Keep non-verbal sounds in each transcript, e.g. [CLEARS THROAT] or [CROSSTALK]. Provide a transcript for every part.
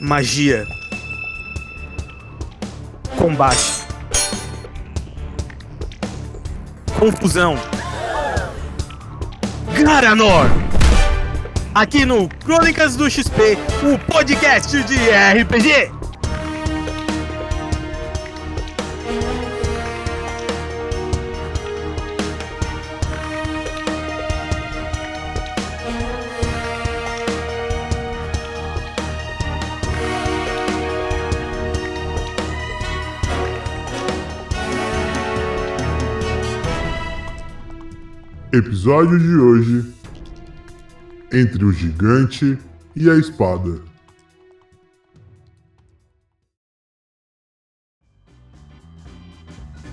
magia, combate, confusão. Garanor! Aqui no Crônicas do XP, o podcast de RPG. Episódio de hoje: Entre o Gigante e a Espada.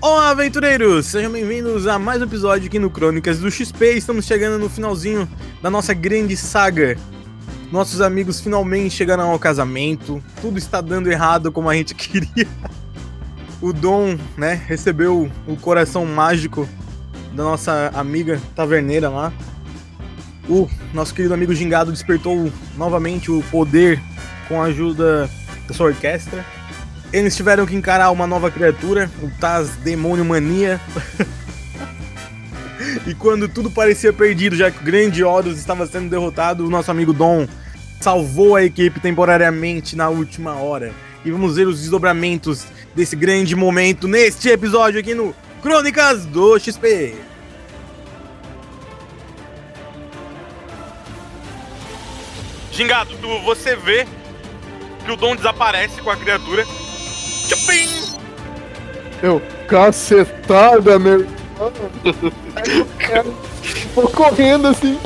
Olá, aventureiros! Sejam bem-vindos a mais um episódio aqui no Crônicas do XP. Estamos chegando no finalzinho da nossa grande saga. Nossos amigos finalmente chegaram ao casamento. Tudo está dando errado como a gente [LAUGHS] queria. O Dom, né, recebeu o coração mágico da nossa amiga taverneira lá. O nosso querido amigo Gingado despertou novamente o poder com a ajuda da sua orquestra. Eles tiveram que encarar uma nova criatura, o Taz Demônio Mania. [LAUGHS] e quando tudo parecia perdido, já que o grande Horus estava sendo derrotado, o nosso amigo Dom salvou a equipe temporariamente na última hora. E vamos ver os desdobramentos desse grande momento neste episódio aqui no Crônicas do XP. Gingado, tu, você vê que o Dom desaparece com a criatura. Tchupim! Eu, cacetada, meu irmão. Aí eu quero- Vou correndo assim,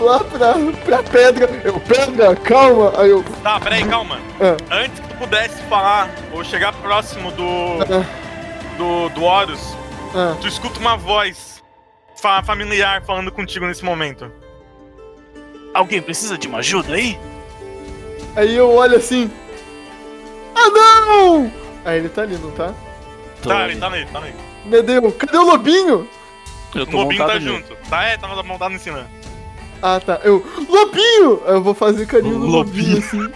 lá pra, pra pedra. Eu, pedra, calma. Aí eu, Tá, peraí, calma. É. Antes que tu pudesse falar ou chegar próximo do. do, do Horus, ah, tu escuta uma voz fa- familiar falando contigo nesse momento. Alguém precisa de uma ajuda aí? aí eu olho assim. Ah, não! Aí ele tá ali, não tá? Tá, então, ele tá nele, tá nele. Meu Deus, cadê o lobinho? O Eu Lobinho tá montado nele. junto. Tá, é, tava montado em cima. Ah, tá. Eu, lobinho! Aí Eu vou fazer carinho no Lobinho. lobinho, assim.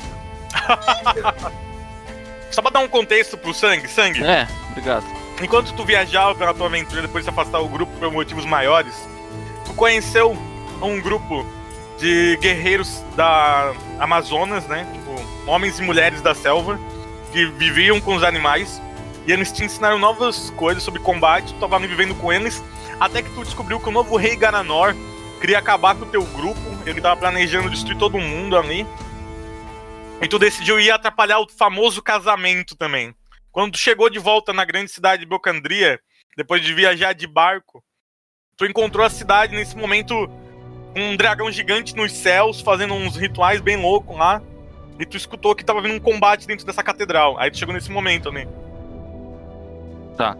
Só pra dar um contexto pro sangue, sangue. É, obrigado. Enquanto tu viajava pela tua aventura depois de se afastar do grupo por motivos maiores, tu conheceu um grupo de guerreiros da Amazonas, né? Tipo, homens e mulheres da selva que viviam com os animais e eles te ensinaram novas coisas sobre combate, tu tava vivendo com eles, até que tu descobriu que o novo rei Garanor queria acabar com o teu grupo, ele tava planejando destruir todo mundo ali. E tu decidiu ir atrapalhar o famoso casamento também. Quando tu chegou de volta na grande cidade de Bocandria, depois de viajar de barco, tu encontrou a cidade nesse momento com um dragão gigante nos céus, fazendo uns rituais bem loucos lá. E tu escutou que tava vindo um combate dentro dessa catedral. Aí tu chegou nesse momento, né? Ah,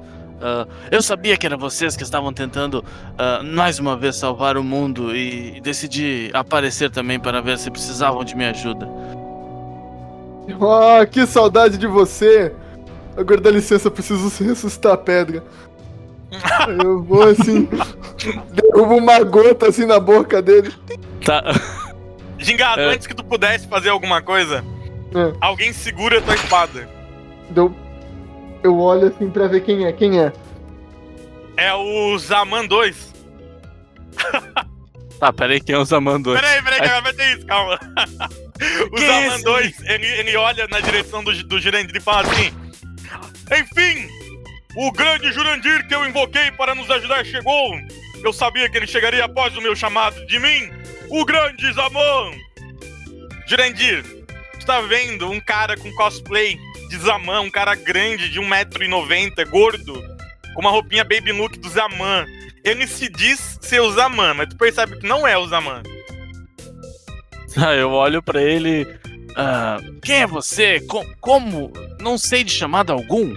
eu sabia que eram vocês que estavam tentando ah, mais uma vez salvar o mundo e decidi aparecer também para ver se precisavam de minha ajuda. Ah, que saudade de você. Agora dá licença, eu preciso ressuscitar a pedra. Aí eu vou assim, derrubo uma gota assim na boca dele. Tá. [LAUGHS] Gingado, É. antes que tu pudesse fazer alguma coisa, É. alguém segura a tua espada. Eu, eu olho assim pra ver quem é, quem é. É o Zaman 2. Tá, peraí, quem é o Zamandor? Peraí, peraí, que agora vai ter isso, [LAUGHS] calma. o Que Zaman isso? 2, ele, ele olha na direção do, do Jurandir e fala assim: Enfim, o grande Jurandir que eu invoquei para nos ajudar chegou. Eu sabia que ele chegaria após o meu chamado de mim, o grande Zaman. Jurandir, tu tá vendo um cara com cosplay de Zaman, um cara grande de 1,90m, gordo, com uma roupinha baby look do Zaman. Ele se diz ser o Zaman, mas tu percebe que não é o Zaman. Tá, eu olho pra ele. ah, quem é você? Co- como? Não sei de chamado algum.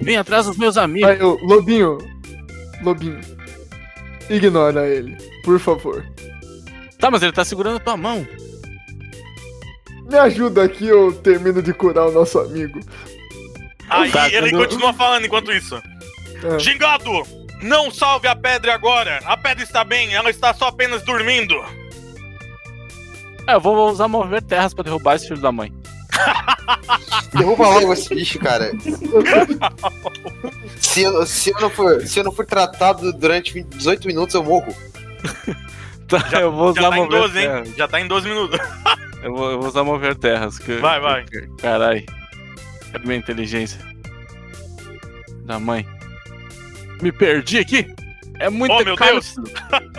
Vem atrás dos meus amigos. Aí eu, Lobinho, Lobinho, ignora ele, por favor. Tá, mas ele tá segurando a tua mão. Me ajuda aqui, eu termino de curar o nosso amigo. Aí Tá, ele quando- continua falando enquanto isso. Ah. Gingado, não salve a pedra agora. A pedra está bem, ela está só apenas dormindo. É, Ah, eu vou usar mover terras pra derrubar esse filho da mãe. Derruba logo esse bicho, cara. Se eu, se, eu não for, se eu não for tratado durante 20 18 minutos, eu morro. Tá, eu vou usar Já tá em mover 12, hein? terras. Já tá em 12 minutos. Eu vou, eu vou usar mover terras. Que, Vai, vai. Carai. Cadê minha inteligência? Da mãe. Me perdi aqui? É muito Oh, meu caro. Deus.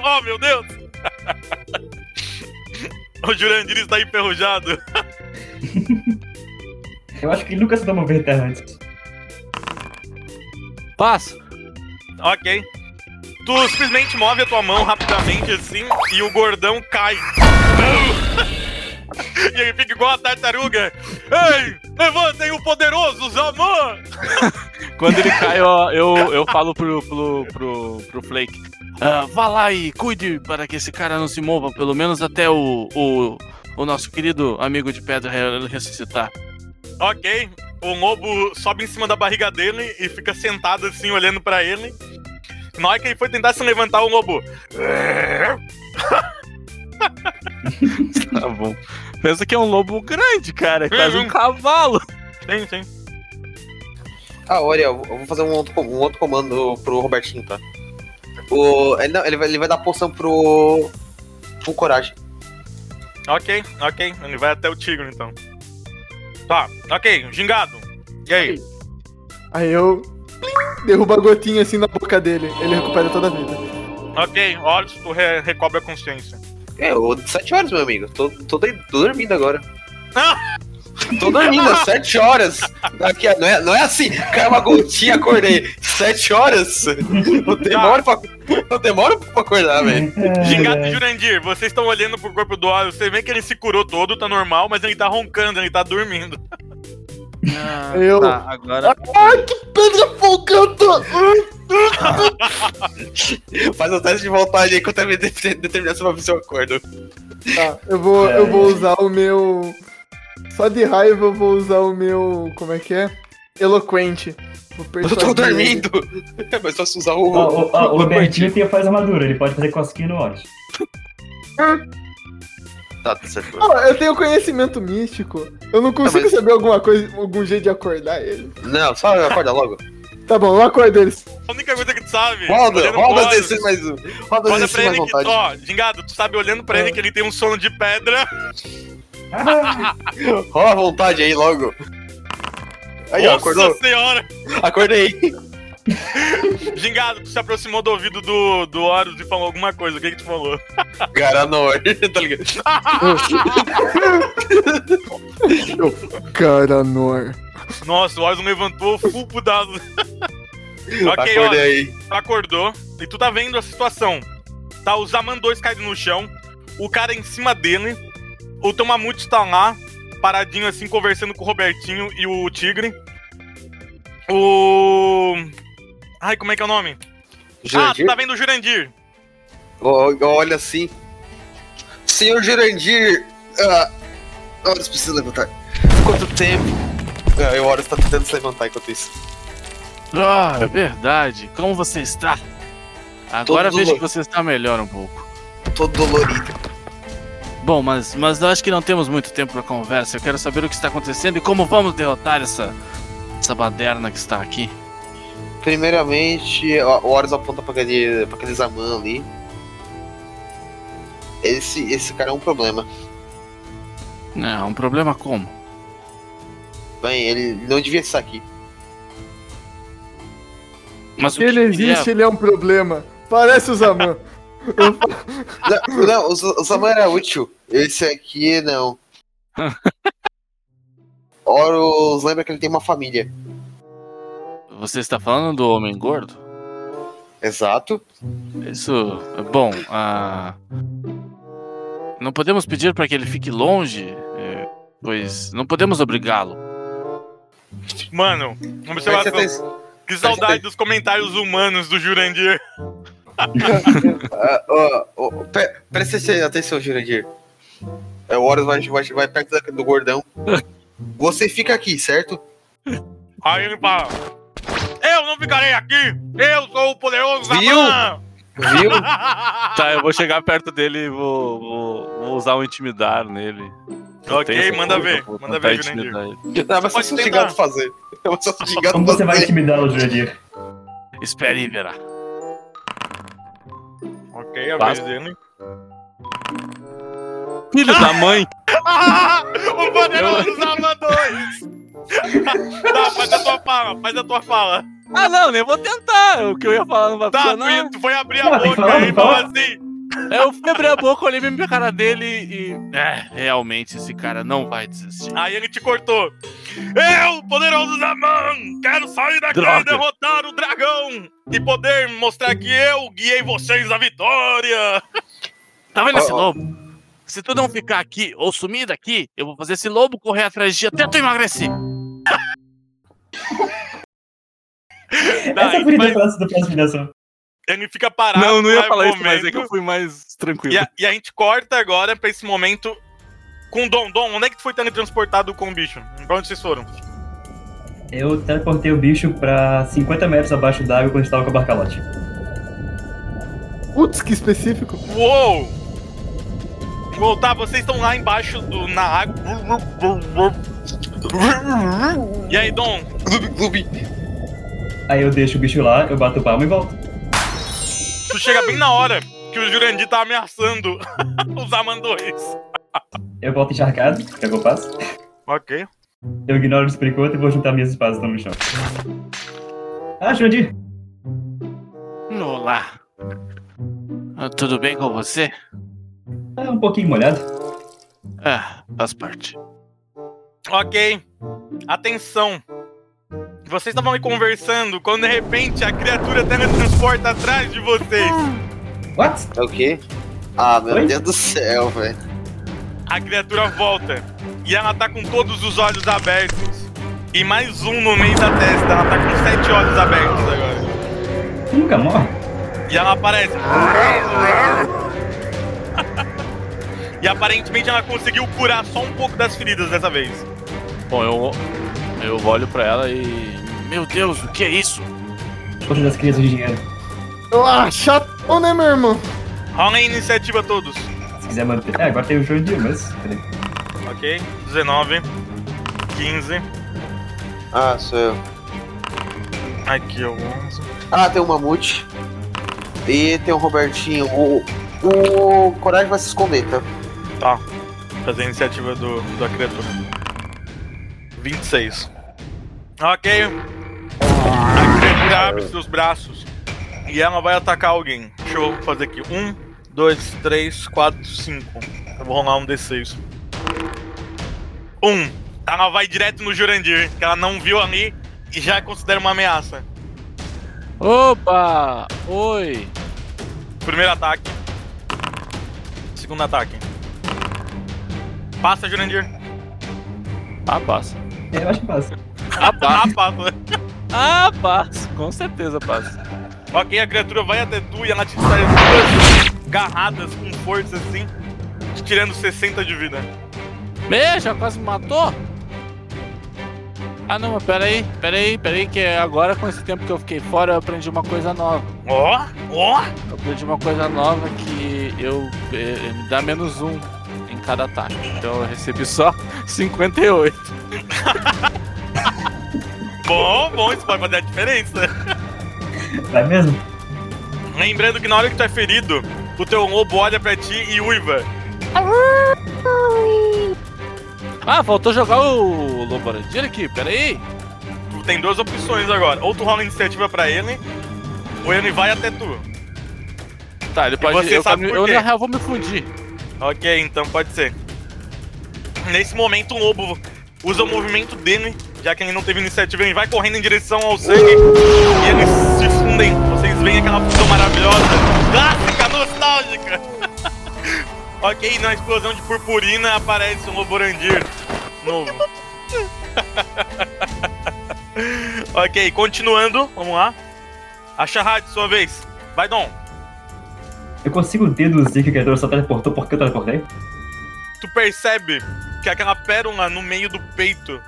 Oh, meu Deus! O Jurandir está enferrujado. Eu acho que Lucas dá uma verta antes. Passa. Ok. Tu simplesmente move a tua mão rapidamente assim e o gordão cai. [LAUGHS] e ele fica igual a tartaruga. Ei, levantem o poderoso Zaman! Quando ele cai, ó, eu, eu falo pro, pro, pro, pro Flake. "Ah, vá lá e cuide para que esse cara não se mova, pelo menos até o, o, o nosso querido amigo de pedra re- ressuscitar. Ok. O lobo sobe em cima da barriga dele e fica sentado assim, olhando pra ele. Na hora que ele foi tentar se levantar, o lobo. Tá bom. Pensa que é um lobo grande, cara. É quase Hum. um cavalo. Sim, sim. Ah, olha, eu vou fazer um outro, um outro comando pro Robertinho, tá? O, ele, não, ele, vai, ele vai dar poção pro. pro Coragem. Ok, ok. Ele vai até o tigre então. Tá, ok, gingado. E aí? Aí eu. plim, Derrubo a gotinha assim na boca dele. Ele recupera toda a vida. Ok, olhos, tu re- recobre a consciência. É, o de 7 horas, meu amigo. Tô, tô, dei- tô dormindo agora. Ah! Tô dormindo, 7 horas. Aqui, não, é, não é assim, caiu uma gotinha, acordei. 7 horas? Eu demoro pra, eu demoro pra acordar, velho. É, Gingado e Jurandir, vocês estão olhando pro corpo do Oro, você vê que ele se curou todo, tá normal, mas ele tá roncando, ele tá dormindo. Eu- Tá, agora. Ai, que pedra folgando! Faz o teste de voltagem aí quando eu determinar se eu ver se eu acordo. Tá, eu vou, É. eu vou usar o meu. Só de raiva eu vou usar o meu. Como é que é? Eloquente. Vou Eu tô persuadir ele. dormindo. [LAUGHS] É, mas só se usar o. Ó, ó, ó, o o- Robertinho tem a faz armadura, ele pode fazer cosquinha no Oris. Tá, tá certo. Ah, eu tenho conhecimento místico. Eu não consigo Tá, mas- saber alguma coisa, algum jeito de acordar ele. Não, só acorda logo. Tá bom, eu acordo ele. A única coisa que tu sabe. Roda, olhando pro roda as Horus, decisões mais um. Roda as Olha pra decisões mais ele que. vontade. É. Ó, Gingado, tu sabe olhando pra ele que ele tem um sono de pedra. Rola a vontade aí logo. Aí, ó, Nossa acordou. senhora! Acordei. [LAUGHS] Gingado, tu se aproximou do ouvido do, do Horus e falou alguma coisa. O que que tu falou? Garanor, [LAUGHS] tá ligado? Garanor. Nossa, o Horus levantou full pudado. ok, ó, Acordei. tu acordou e tu tá vendo a situação. Tá o Zaman 2 caído no chão, o cara em cima dele, o teu mamute tá lá, paradinho assim, conversando com o Robertinho e o Tigre. O. Ai, como é que é o nome? Ah, tu Jurandir? tá vendo o Jurandir. Ó, Olha assim. Senhor Jurandir. ah, Horus precisa levantar. Quanto tempo? Ah, e o Horus tá tentando se levantar enquanto isso. Ah, é verdade. Como você está? Agora Todo vejo que louco. você está melhor um pouco. Todo dolorido. Bom, mas, mas eu acho que não temos muito tempo para conversa. Eu quero saber o que está acontecendo e como vamos derrotar essa, essa baderna que está aqui. Primeiramente, ó, o Horus aponta pra aquele, pra aquele Zaman ali. Esse, esse cara é um problema. Não, um problema como? Bem, ele não devia estar aqui. Mas Se ele existe, ele é um problema. Parece o Zaman. [LAUGHS] Não, não o, Z- o Zaman era útil. Esse aqui não. Horus lembra que ele tem uma família. Você está falando do homem gordo? Exato. Isso. Bom, ah, não podemos pedir para que ele fique longe, eh, pois não podemos obrigá-lo. Mano, é uma observação. Presta Que é saudade dos comentários humanos do Jurandir. Ah, ó, ó, pre- presta atenção- atenção, Jurandir. É, o Horus vai, vai, vai perto da- do gordão. Você fica aqui, certo? Aí ele fala: Eu não ficarei aqui! Eu sou o poderoso Viu? Zaman! Viu? Tá, eu vou chegar perto dele e vou, vou, vou usar o intimidar nele. Eu Ok, tenho essa manda coisa, ver, vou manda tentar ver, Jurandir. intimidar ele. Ah, mas só Pode se tentar. xingado fazer. Eu vou só se xingado Como você vai fazer. intimidá-lo, Jurandir? Espere e verá. Ok, a Tá. Passa. vez dele. Filho da mãe! Ah, [LAUGHS] o poderoso usava dois! [LAUGHS] tá, faz a tua fala, faz a tua fala. [LAUGHS] Ah, não, nem vou tentar. O que eu ia falar não vai Tá, tu, funcionar. ia- tu foi abrir Não, a tem que boca falar, aí tem e que falar. falou assim. Aí Eu fui abrir a boca, olhei bem pra cara dele e. É, realmente esse cara não vai desistir. Aí ele te cortou. Eu, poderoso Zaman, quero sair daqui Droga. e derrotar o dragão. E poder mostrar que eu guiei vocês à vitória. Tá vendo esse Ó, ó. lobo? Se tu não ficar aqui ou sumir daqui, eu vou fazer esse lobo correr atrás de ti até tu emagrecer. Tá, Essa ele, foi a vai- frase do próximo assim. ligação. ele fica parado. um Não, não ia vai falar isso, mas é que comendo. eu fui mais tranquilo. E a, e a gente corta agora pra esse momento com o Dom. Dom, onde é que tu foi teletransportado com o bicho? Pra onde vocês foram? Eu teleportei o bicho pra 50 metros abaixo d'água quando estava com a barcalote. Putz, que específico. Uou! Uou, tá, vocês estão lá embaixo do, na água. E aí, Dom? Gloob, gloob. Aí eu deixo o bicho lá, eu bato palma e volto. Tu chega bem na hora que o Jurandir tá ameaçando [LAUGHS] os amandores. Eu volto encharcado, que é o que eu faço. Ok. Eu ignoro o despercoto e vou juntar minhas espadas que estão no chão. Ah, Jurandir! Olá. Ah, Tudo bem com você? Tá um pouquinho molhado. Ah, faz parte. Ok. Atenção. Vocês estavam aí conversando quando de repente a criatura teletransporta atrás de vocês. What? É o quê? Ah, meu Oi? Deus do céu, velho. A criatura volta e ela tá com todos os olhos abertos. E mais um no meio da testa. Ela tá com sete olhos abertos agora. Tu nunca morre? E ela aparece. [LAUGHS] e aparentemente ela conseguiu curar só um pouco das feridas dessa vez. Bom, eu, eu olho pra ela e. Meu Deus, o que é isso? Coisa das crianças de dinheiro. Ah, chatão, né, meu irmão? Rola a iniciativa todos. Se quiser manter. É, agora tem o Jurandir, mas. peraí. Ok? 19, 15. Ah, sou eu. Aqui, ó, 11. Ah, tem o Mamute. E tem o Robertinho. O, o Coragem vai se esconder, tá? Fazer a iniciativa do, da criatura. 26. Ok. A criatura abre seus braços e ela vai atacar alguém. Deixa eu fazer aqui. Um, dois, três, quatro, cinco. Eu vou rolar um D6. Um. Ela vai direto no Jurandir, que ela não viu ali e já considera uma ameaça. Opa! Oi! Primeiro ataque. Segundo ataque. Passa, Jurandir. Ah, passa. É, eu acho que passa. Ah, Ah, passa. passa. Ah, passa. Com certeza passa. Ok, a criatura vai até tu e ela te sai duas garradas com força assim, te tirando 60 de vida. Meu, já quase me matou? Ah, não, mas peraí, peraí, peraí, que agora com esse tempo que eu fiquei fora eu aprendi uma coisa nova. Ó, ó! Eu aprendi uma coisa nova que eu. eh, eh, me dá menos um em cada ataque. Então eu recebi só [LAUGHS] 58. Bom, bom, isso vai fazer a diferença. Vai mesmo? Lembrando que na hora que tu é ferido, o teu lobo olha pra ti e uiva. Ah, faltou jogar o Loborandir aqui, peraí. Tu tem duas opções agora. Ou tu rola iniciativa pra ele, ou ele vai até tu. Tá, ele pode. você eu, sabe caminho- por quê? eu, na real vou me fundir. Ok, então pode ser. Nesse momento, o lobo usa o movimento dele, já que ele não teve iniciativa, ele vai correndo em direção ao sangue e eles se fundem. Vocês veem aquela fusão maravilhosa, clássica, nostálgica. [LAUGHS] ok, na explosão de purpurina aparece um loborandir novo. [LAUGHS] ok, continuando, vamos lá. A Charade, sua vez. Vai, Dom. Eu consigo deduzir que a criatura só teleportou porque eu teleportei? tu percebe que aquela pérola no meio do peito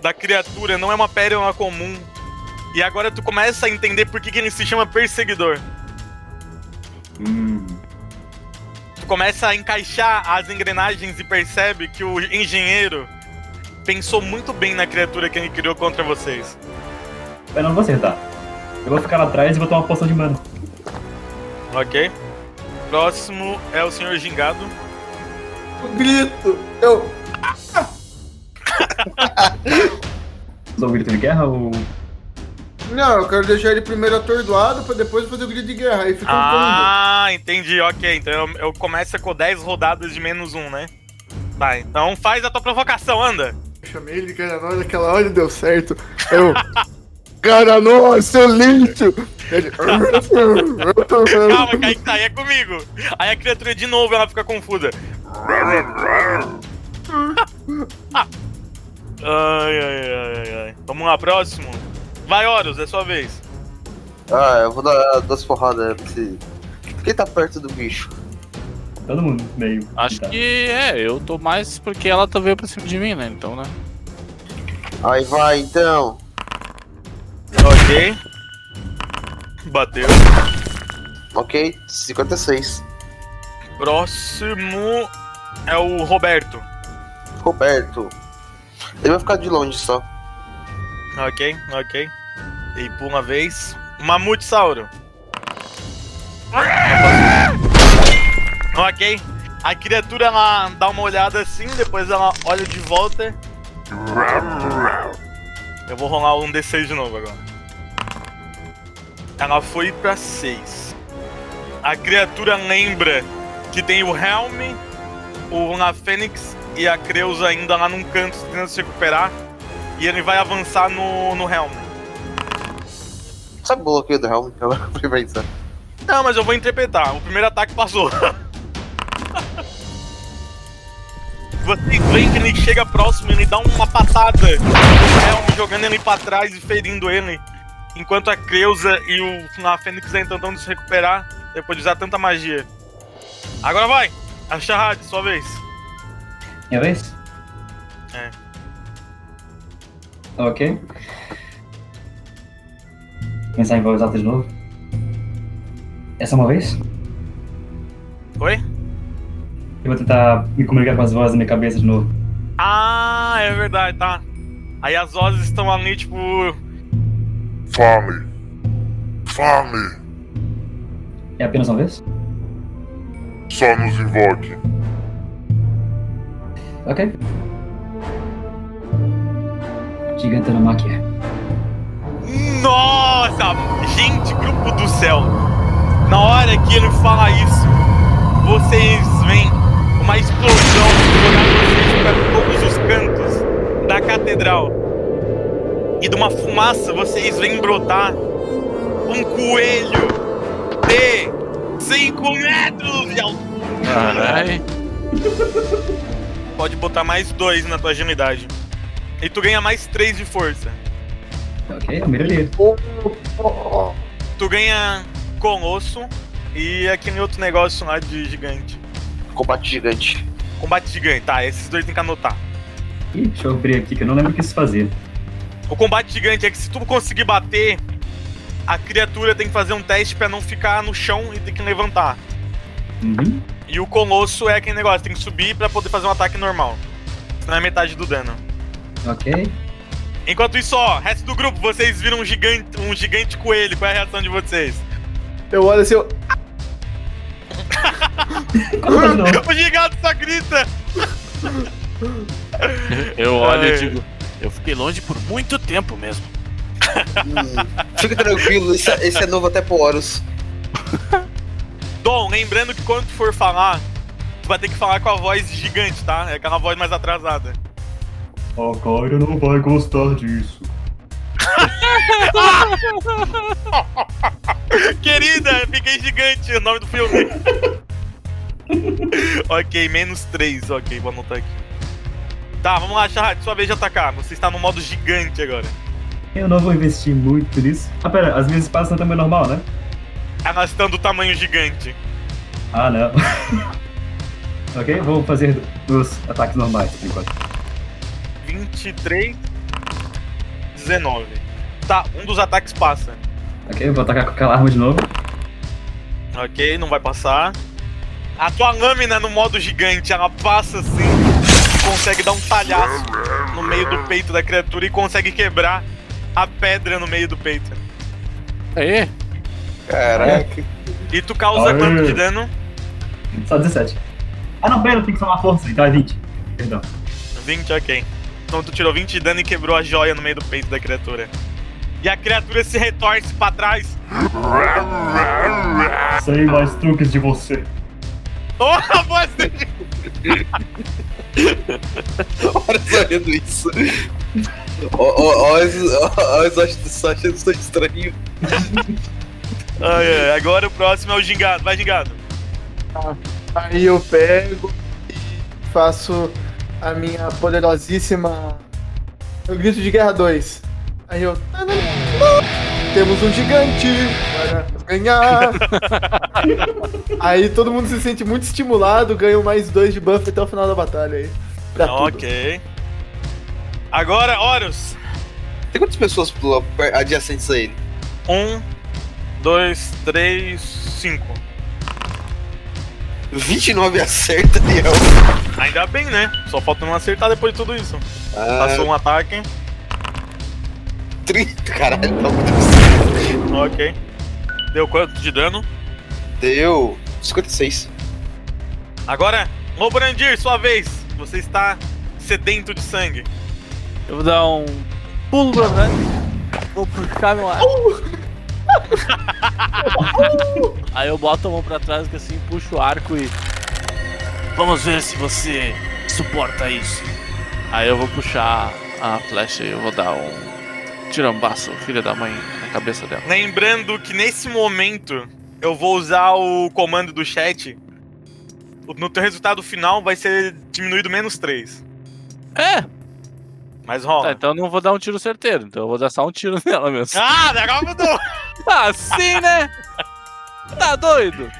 da criatura não é uma pérola comum. E agora tu começa a entender por que, que ele se chama perseguidor. Hum. Tu começa a encaixar as engrenagens e percebe que o engenheiro pensou muito bem na criatura que ele criou contra vocês. Eu não vou acertar. Eu vou ficar lá atrás e vou tomar uma poção de mana. Ok? Próximo é o senhor gingado. Eu grito. Eu. Usou o grito de guerra ou. Não, eu quero deixar ele primeiro atordoado pra depois fazer o grito de guerra. Aí fica um combo. Ah, entendi. Ok, então eu, eu começo com 10 rodadas de menos um, né? Tá, então faz a tua provocação, anda. Eu chamei ele de cara nossa, aquela hora deu certo. Eu. [LAUGHS] Cara, nossa, eu lixo! Ele. [LAUGHS] Calma, Kaique, tá aí é comigo. Aí a criatura de novo ela fica confusa. Ai, ai, ai, ai, ai. Vamos lá, próximo. Vai, Horus, é sua vez. Ah, eu vou dar duas porradas pra esse. Quem tá perto do bicho? Todo mundo meio. Acho Tá. que é, eu tô mais porque ela tá veio pra cima de mim, né? Então, né? Aí vai então. Ok. Bateu. Ok, 56. Próximo é o Roberto. Roberto. Ele vai ficar de longe só. Ok, ok. E por uma vez, Mamutsauro. ok. A criatura ela dá uma olhada assim, depois ela olha de volta. Eu vou rolar um D6 de novo agora. Ela foi pra 6. A criatura lembra que tem o Helm, o La Fênix e a Creusa ainda lá num canto tentando se recuperar. E ele vai avançar no, no Helm. Sabe o bloqueio do Helm? [LAUGHS] Agora que eu fui pensar. Não, mas eu vou interpretar. O primeiro ataque passou. [LAUGHS] Vocês veem que ele chega próximo, ele dá uma patada. É, um jogando ele pra trás e ferindo ele. Enquanto a Creusa e o a Fênix estão tentando se recuperar depois de usar tanta magia. Agora vai! A Shahad, sua vez. Minha vez? É. Ok. Pensar em voz alta de novo. É só uma vez? Oi? Eu vou tentar me comunicar com as vozes na minha cabeça de novo. Ah, é verdade, tá. Aí as vozes estão ali, tipo. Fome. Fome. É apenas uma vez? Só nos invoque. Ok. Gigantanomaquia. Nossa! Gente, grupo do céu! Na hora que ele fala isso, vocês veem uma explosão jogar vocês para todos os cantos da catedral. E de uma fumaça vocês veem brotar um coelho de 5 metros de altura. Caralho. Pode botar mais dois na tua agilidade. E tu ganha mais três de força. Ok, eu melhorei. Tu ganha colosso e aquele outro negócio lá de gigante. Combate gigante. Combate gigante, tá? Esses dois tem que anotar. Ih, deixa eu abrir aqui que eu não lembro o que isso fazia. O combate gigante é que se tu conseguir bater, a criatura tem que fazer um teste pra não ficar no chão e tem que levantar. Uhum. E o colosso é aquele negócio, tem que subir pra poder fazer um ataque normal. Senão é metade do dano. Ok. Enquanto isso, ó, resto do grupo, vocês viram um gigante, um gigante coelho. Qual é a reação de vocês? [LAUGHS] Eu olho assim, eu. Conta tá de novo. O gigante só grita! Eu olho Ai. e digo, eu fiquei longe por muito tempo mesmo. Hum. Fica tranquilo, esse, é- esse é novo até pro Horus. Dom, lembrando que quando tu for falar, tu vai ter que falar com a voz de gigante, tá? É aquela voz mais atrasada. O Cairo não vai gostar disso. Querida, fiquei gigante, o nome do filme. [LAUGHS] ok, menos 3, ok, vou anotar aqui. Tá, vamos lá, Charrat, sua vez de atacar. Você está no modo gigante agora. Eu não vou investir muito nisso. Ah, pera, as minhas espadas são também normal, né? Elas estão do tamanho gigante. Ah, não. [LAUGHS] ok, vou fazer os ataques normais por enquanto. 23, 19. Tá, um dos ataques passa. Ok, eu vou atacar com aquela arma de novo. Ok, não vai passar. A tua lâmina no modo gigante, ela passa assim e consegue dar um talhaço no meio do peito da criatura e consegue quebrar a pedra no meio do peito. Aê! Caraca. E tu causa Aê. quanto de dano? Só 17. Ah, não, pera, eu tenho que somar força, então é 20. Perdão. 20, ok. Então tu tirou 20 de dano e quebrou a joia no meio do peito da criatura. E a criatura se retorce pra trás. Sei mais truques de você. Oh, a voz dele! Olha só vendo isso. Olha os olhos do Sasha, eles são estranhos. Ai, ai, Agora o próximo é o gingado. Vai, gingado. Aí eu pego e faço a minha poderosíssima. O grito de guerra 2. Aí eu. [LAUGHS] Temos um gigante para [LAUGHS] ganhar. aí todo mundo se sente muito estimulado, ganha um mais dois de buff até o final da batalha aí. Pra Tá tudo. Ok. Agora, Horus. Tem quantas pessoas lá per- adjacentes a ele? Um, dois, três, cinco. 29 acerta, Daniel. Ainda bem, né? Só falta não acertar depois de tudo isso. Ah, Passou um ataque. 30. Caralho, tá muito certo. Ok. Deu quanto de dano? Deu 56. Agora, Lobrandir, sua vez. Você está sedento de sangue. Eu vou dar um pulo pra trás. Vou puxar meu ar. [LAUGHS] Aí eu boto a mão pra trás que assim, puxo o arco e. Vamos ver se você suporta isso. Aí eu vou puxar a flecha e eu vou dar um tirambaço, filha da mãe, na cabeça dela. Lembrando que nesse momento eu vou usar o comando do chat. No teu resultado final vai ser diminuído menos 3. É, Mas tá, rola. então eu não vou dar um tiro certeiro, então eu vou dar só um tiro [LAUGHS] nela mesmo. Ah, legal mudou! Ah, sim, [LAUGHS] né? Tá doido?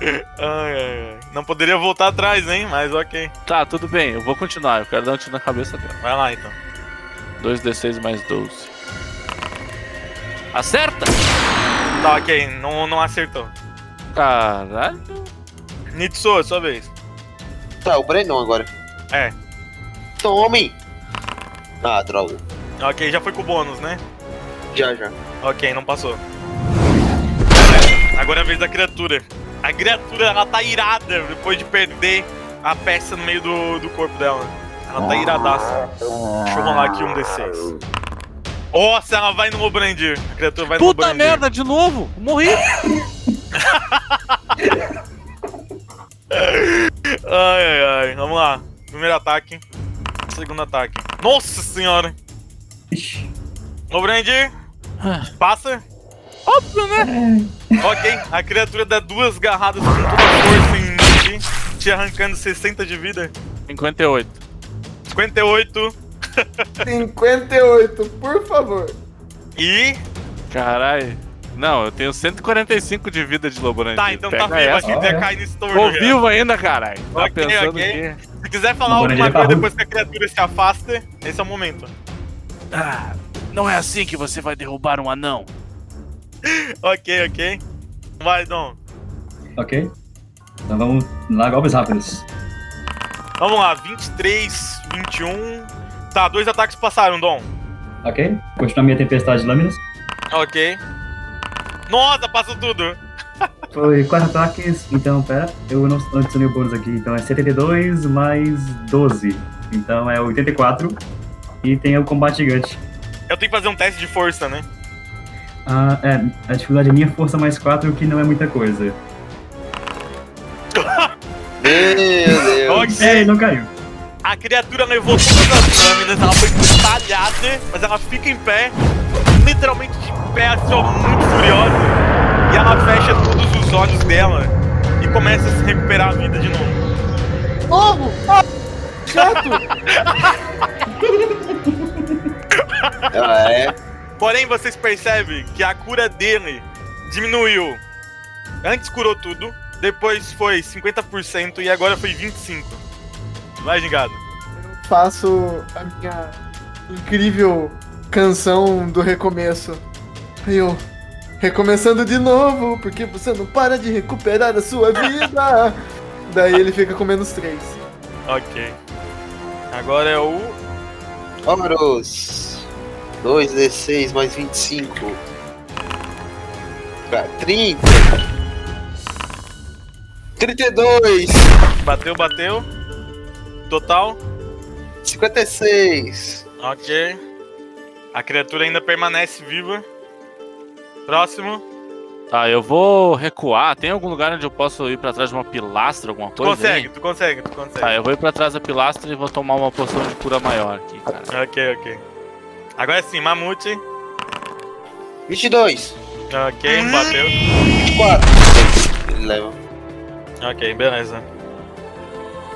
Ai, ai, ai. Não poderia voltar atrás, hein? Mas ok. Tá, tudo bem, eu vou continuar, eu quero dar um tiro na cabeça dela. Vai lá então. 2d6 mais 12. Acerta! Tá, ok. Não, não acertou. Caralho! Nitsuo, sua vez. Tá, o Brenão agora. É. Tome! Ah, droga. Ok, já foi com o bônus, né? Já, já. Ok, não passou. Agora é a vez da criatura. A criatura, ela tá irada depois de perder a peça no meio do, do corpo dela. Ela tá iradaça. Deixa eu rolar aqui um D6. Nossa, ela vai no Lobrandir. A criatura vai no Puta Lobrandir. merda, de novo! Morri! Ai, ai, ai. Vamos lá. Primeiro ataque. Segundo ataque. Nossa senhora! Ixi. Lobrandir, passa. É. Óbvio, né? Ok, a criatura dá duas garradas com toda a força em mim aqui, te arrancando 60 de vida. 58. 58 58, por favor. e. Caralho. Não, eu tenho 145 de vida de Loborante. Tá, então tá vivo Pega aqui, essa. até cair nesse torno. Tô já. vivo ainda, caralho. Tá Ok, pensando ok. que... Se quiser falar Agora alguma ele tá coisa ruim. depois que a criatura se afasta, esse é o momento. Ah, não é assim que você vai derrubar um anão. Ok, ok. Vai, Dom. Ok? Então vamos lá, golpes rápidos. Vamos lá, 23, 21. Tá, dois ataques passaram, Dom. Ok? Continuar minha tempestade de lâminas. Ok. Nossa, passou tudo. Foi quatro ataques, então pera, eu não não adicionei o bônus aqui, então é 72 mais 12. Então é 84. E tem o combate gigante. Eu tenho que fazer um teste de força, né? Ah, é, a dificuldade é minha força mais 4, que não é muita coisa. Meu Deus. Ok. É, não caiu. A criatura levou todas as lâminas, ela foi talhada, mas ela fica em pé, literalmente de pé, assim, ó, muito furiosa. E ela fecha todos os olhos dela e começa a se recuperar a vida de novo. Como? Chato! Ah, é. Porém, vocês percebem que a cura dele diminuiu. Antes curou tudo, depois foi 50% e agora foi 25%. Vai, gingado. faço a minha incrível canção do recomeço. Aí eu recomeçando de novo, porque você não para de recuperar a sua vida. Daí ele fica com menos 3. Ok. Agora é o. Vamos! 2d6 mais 25. Tá, 30. 32. Bateu, bateu. Total. 56. Ok. A criatura ainda permanece viva. Próximo. Tá, eu vou recuar. Tem algum lugar onde eu posso ir pra trás de uma pilastra, alguma Tu coisa? consegue, hein? tu consegue, tu consegue. Tá, eu vou ir pra trás da pilastra e vou tomar uma poção de cura maior aqui, cara. Ok, ok. Agora sim, mamute. 22. Ok, bateu. 4. Ele leva. Ok, beleza.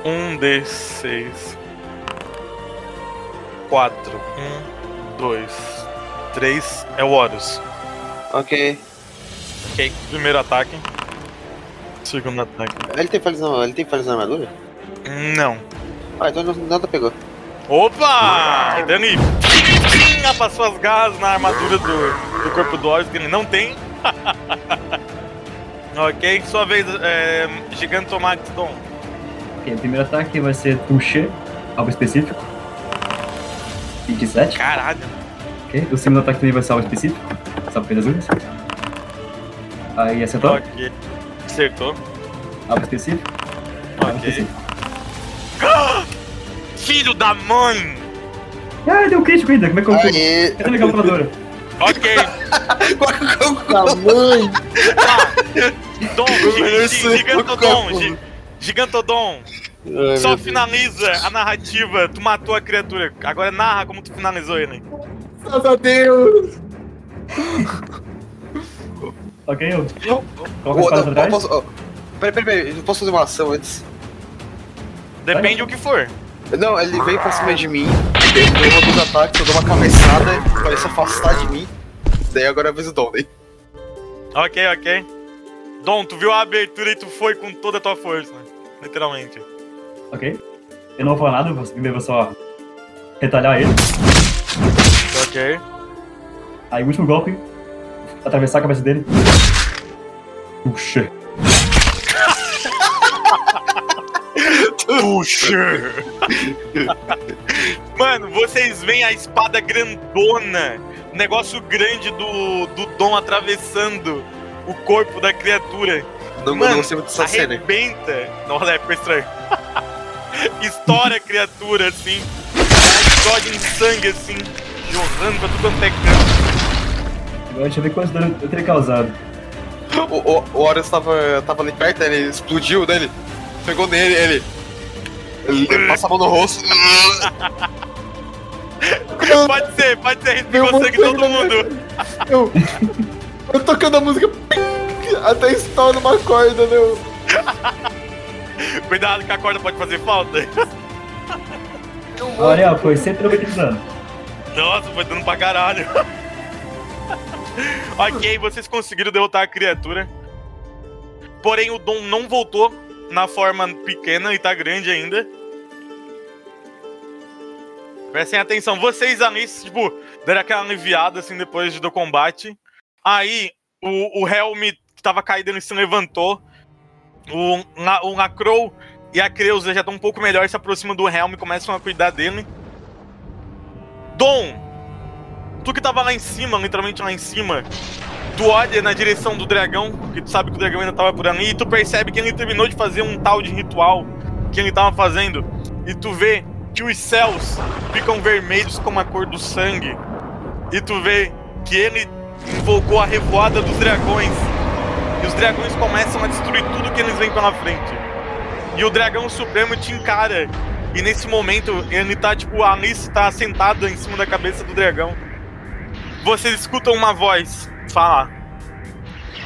Um D6. Quatro. Um, dois, três. É o Horus. Ok. Ok. Primeiro ataque. Segundo ataque. Ele tem falhas na, ele tem falhas na armadura? Não. Ah, então não- nada pegou. Opa! Dani! Pinga pra suas garras na armadura do, do corpo do Horus, que ele não tem. [LAUGHS] ok, sua vez, é, Gigantomaxdon. Ok, o primeiro ataque vai ser toucher, algo específico. 27. Caralho. Ok, o segundo ataque também vai ser algo específico. Só apenas um. Aí acertou? Ok. Acertou. Algo específico? Algo Ok. específico. Filho da mãe! Ah, deu crítico ainda. Como é que eu tô? Aê! Cadê minha calculadora? Ok. Tamanho! Tá. Dom, gi- gi- Gigantodon, gi- Gigantodon, É só finaliza a narrativa. Tu matou a criatura. Agora é narra como tu finalizou ele. Graças a Deus! Ok, eu. Coloca a Oh, espada pra não, eu trás. posso, oh, peraí, peraí, peraí, eu posso fazer uma ação antes? Depende o que for. Não, ele veio pra cima de mim, daí ele deu um dos ataques, eu dou uma cabeçada pra ele se afastar de mim. Daí agora é a vez do Donden. Ok, ok. Dom, tu viu a abertura e tu foi com toda a tua força. Literalmente. Ok. Eu não vou falar nada, vou primeiro vou só retalhar ele. Ok. Aí o último golpe, atravessar a cabeça dele. Puxa. Puxa! Mano, vocês veem a espada grandona, o negócio grande do, do Dom atravessando o corpo da criatura. Não, Mano, não gostei muito dessa cena. Arrebenta. Nossa, é, ficou estranho. [LAUGHS] Estoura a criatura, assim. Explode em sangue, assim. Jorrando pra tudo quanto é canto. Agora deixa eu ver quantos dano eu teria causado. O, o, o Horus tava, tava ali perto, né, ele explodiu dele, pegou nele, ele. Ele passa a mão no rosto. Pode ser, pode ser. Meu Pegou sangue em Deus, todo meu mundo. Eu, eu tocando a música ping, até estoura uma corda, né? Eu- Cuidado que a corda pode fazer falta. Olha, ó, foi 190 de dano. Nossa, foi dando pra caralho. [LAUGHS] ok, vocês conseguiram derrotar a criatura. Porém, o Dom não voltou na forma pequena e tá grande ainda. Prestem atenção, vocês ali, tipo, deram aquela aliviada assim depois do combate. Aí, o, o Helm que tava caído, ele se levantou. O, La- o Lacrow e a Creusa já estão um pouco melhor, se aproximam do Helm e começam a cuidar dele. Dom, tu que tava lá em cima, literalmente lá em cima, tu olha na direção do dragão, porque tu sabe que o dragão ainda tava por ali, e tu percebe que ele terminou de fazer um tal de ritual que ele tava fazendo, e tu vê que os céus ficam vermelhos como a cor do sangue, e tu vê que ele invocou a revoada dos dragões, e os dragões começam a destruir tudo que eles vêm pela frente. E o dragão supremo te encara e nesse momento, ele tá, tipo, a Alice tá sentada em cima da cabeça do dragão. Vocês escutam uma voz falar: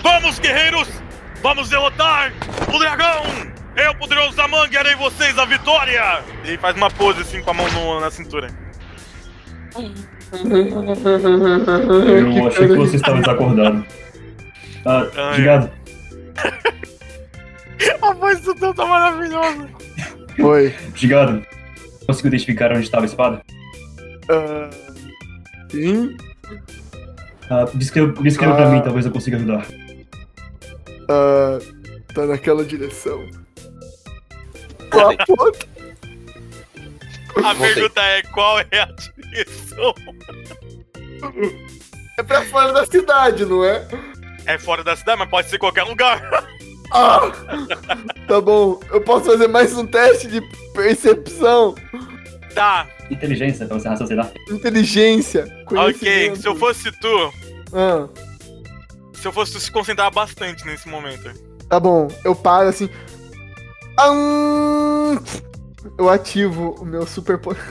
Vamos, guerreiros! Vamos derrotar o dragão! Eu, poderoso Zaman, guiarei vocês à vitória! Ele faz uma pose assim com a mão no- na cintura. Eu achei que você estava desacordado. Ah, Ai. obrigado. A voz do Deus tá maravilhosa! Foi. Obrigado. Conseguiu identificar onde estava a espada? Ah, Sim. Ah, descreva descreva pra Ah. mim, talvez eu consiga ajudar. Ah, tá naquela direção. Lá, pô, A Voltei. pergunta é qual é a direção? é pra fora da cidade, não é? É fora da cidade, mas pode ser qualquer lugar. Ah! Tá bom, eu posso fazer mais um teste de percepção, Tá, Inteligência, pra você raciocinar. inteligência, ok. conhecimento. Se eu fosse tu, Ah, se eu fosse tu se concentrar bastante nesse momento. tá bom, eu paro assim. Ahn! Eu ativo o meu super poder.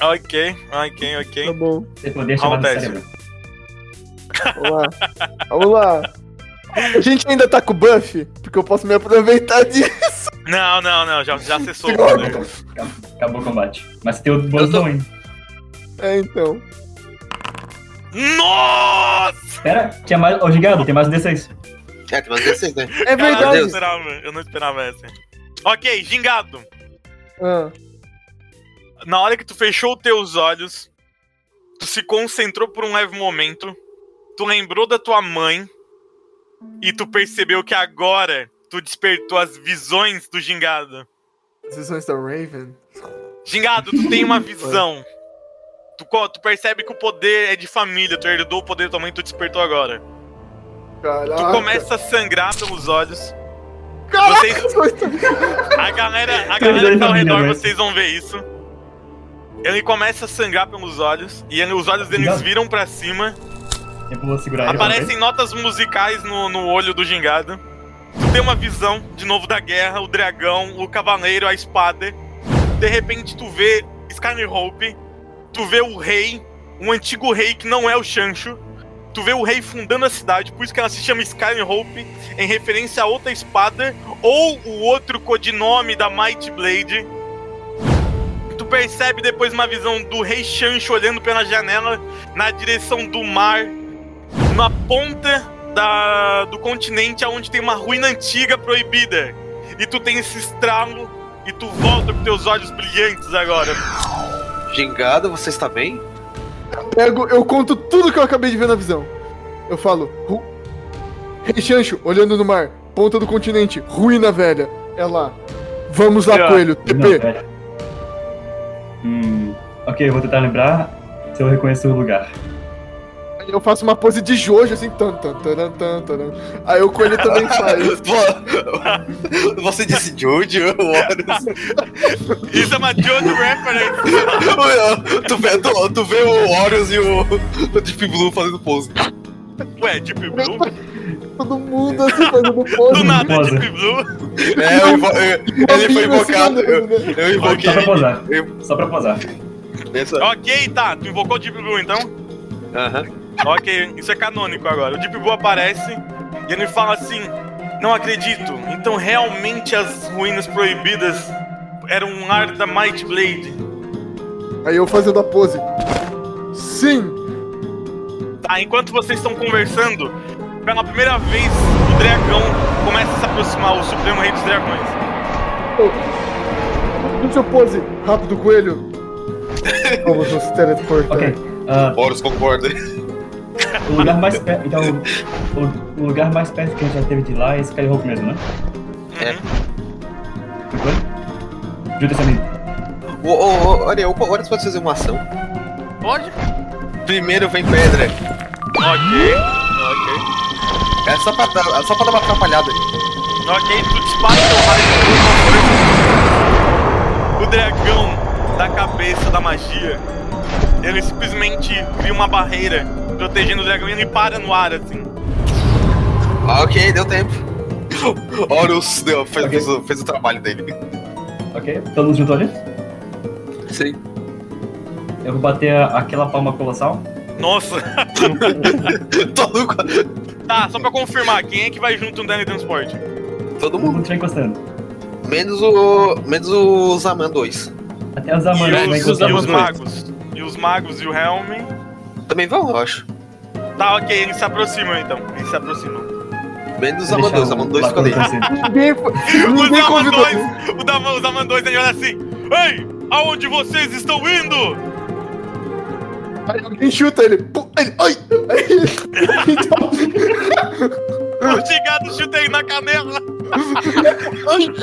Ok, ok, ok. Tá bom, Você poder chamar no Acontece. cérebro. vamos lá. Vamos lá. A gente ainda tá com o buff, porque eu posso me aproveitar disso. Não, não, não, já, já acessou o [LAUGHS] Droga. poder. Acabou o combate. Mas tem outro bônus Eu tô- não, hein? É, então. Nossa! Pera, tinha mais. Ô, Gigado, tem mais um D6. É, tem mais 16, né? Caralho, eu É não verdade. esperava, eu não esperava essa. Ok, gingado. Ah, Na hora que tu fechou os teus olhos, tu se concentrou por um leve momento, tu lembrou da tua mãe e tu percebeu que agora tu despertou as visões do gingado. as visões da Raven. Gingado, tu tem [LAUGHS] uma visão. Tu, co- tu percebe que o poder é de família, tu herdou o poder da tua mãe, tu despertou agora. Caraca. Tu começa a sangrar pelos olhos. Caraca, Vocês- as coisas tão- A galera, a galera que dois tá ao família, redor, velho. vocês vão ver isso. Ele começa a sangrar pelos olhos, e ele- os olhos deles Gingado. viram pra cima. Eu vou segurar ele. Aparecem notas musicais no, no olho do gingado. Tu tem uma visão, de novo, da guerra, o dragão, o cavaleiro, a espada. De repente, tu vê Skyrim Hope, tu vê o rei, um antigo rei que não é o Chancho. Tu vê o rei fundando a cidade, por isso que ela se chama Skyrim Hope, em referência a outra espada, ou o outro codinome da Might Blade. Tu percebe depois uma visão do rei Chancho olhando pela janela na direção do mar na ponta da- do continente aonde tem uma ruína antiga proibida. E tu tem esse estralo e tu volta com teus olhos brilhantes agora. Gingado, você está bem? Pego, eu conto tudo que eu acabei de ver na visão. Eu falo, Ru... Rei Chancho, olhando no mar, ponta do continente, ruína velha. É lá. Vamos lá, Já. coelho, Não, TP. pera. Hum. Ok, eu vou tentar lembrar se eu reconheço o lugar. Aí eu faço uma pose de Jojo, assim, tan, tan, taran, tan, taran. Aí o coelho [LAUGHS] também faz. Pô, [LAUGHS] você disse Jojo, Horus. Isso é uma Jojo reference. tu, vê, tu, tu vê o Horus e o, o Deep Blue fazendo pose. Ué, Deep Blue? Todo mundo assim fazendo pose. Do nada, é Rosa. Deep Blue. É, eu invo- eu- ele foi Amigo, assim, invocado. Eu, andando, né? eu invoquei. Só pra posar. Eu- Só pra posar. Essa- Ok, tá. Tu invocou o Deep Blue então? Aham. Ok, isso é canônico agora. O Deep Blue aparece e ele fala assim: Não acredito. Então realmente as ruínas proibidas eram um ar da Might Blade. Aí eu fazendo a pose. Sim! Tá, enquanto vocês estão conversando, pela primeira vez o dragão começa a se aproximar, o Supremo Rei dos Dragões. Deixa eu pose. Rápido, coelho. Vamos nos teleportar. Ok. ah, Horus concorda. o lugar mais perto. Então, o, o lugar mais perto que a gente já teve de lá é esse Skyhook mesmo, né? É. Uhum. Tranquilo? Ajuda esse amigo. Ô, ô, ô, Ariel, o Horus pode fazer uma ação. Pode? Primeiro vem pedra. Ok, Ok. É só pra, dar- é só pra dar uma atrapalhada. ok, tu dispara teu raio de luz uma coisa. O dragão da cabeça da magia, ele simplesmente cria uma barreira protegendo o dragão e ele para no ar assim. Ah, ok, deu tempo. [LAUGHS] Horus deu, fez, fez o, fez o trabalho dele. [LAUGHS] Ok? Todo mundo junto ali? Sim. Eu vou bater a- aquela palma colossal. Nossa! [LAUGHS] Todo, Tá, só pra confirmar, quem é que vai junto no teletransporte? todo Todo mundo. mundo já encostando. Menos o. Menos o Zaman 2. Até os amantes E vão os, e encostando. os magos. E os magos e o Helm. Também vão, eu acho. Tá, ok, eles se aproximam então. Eles se aproximam. Menos o Zaman 2. Vou deixar O Zaman o 2 ficou ali. Lacuna crescer. Ninguém, fo- Os ninguém convidou. Amandões, o Daman, os Amandões, ele olha assim, Ei, aonde vocês estão indo? Aí alguém chuta ele. Pum, ele. Ai! O gigado chutei na canela.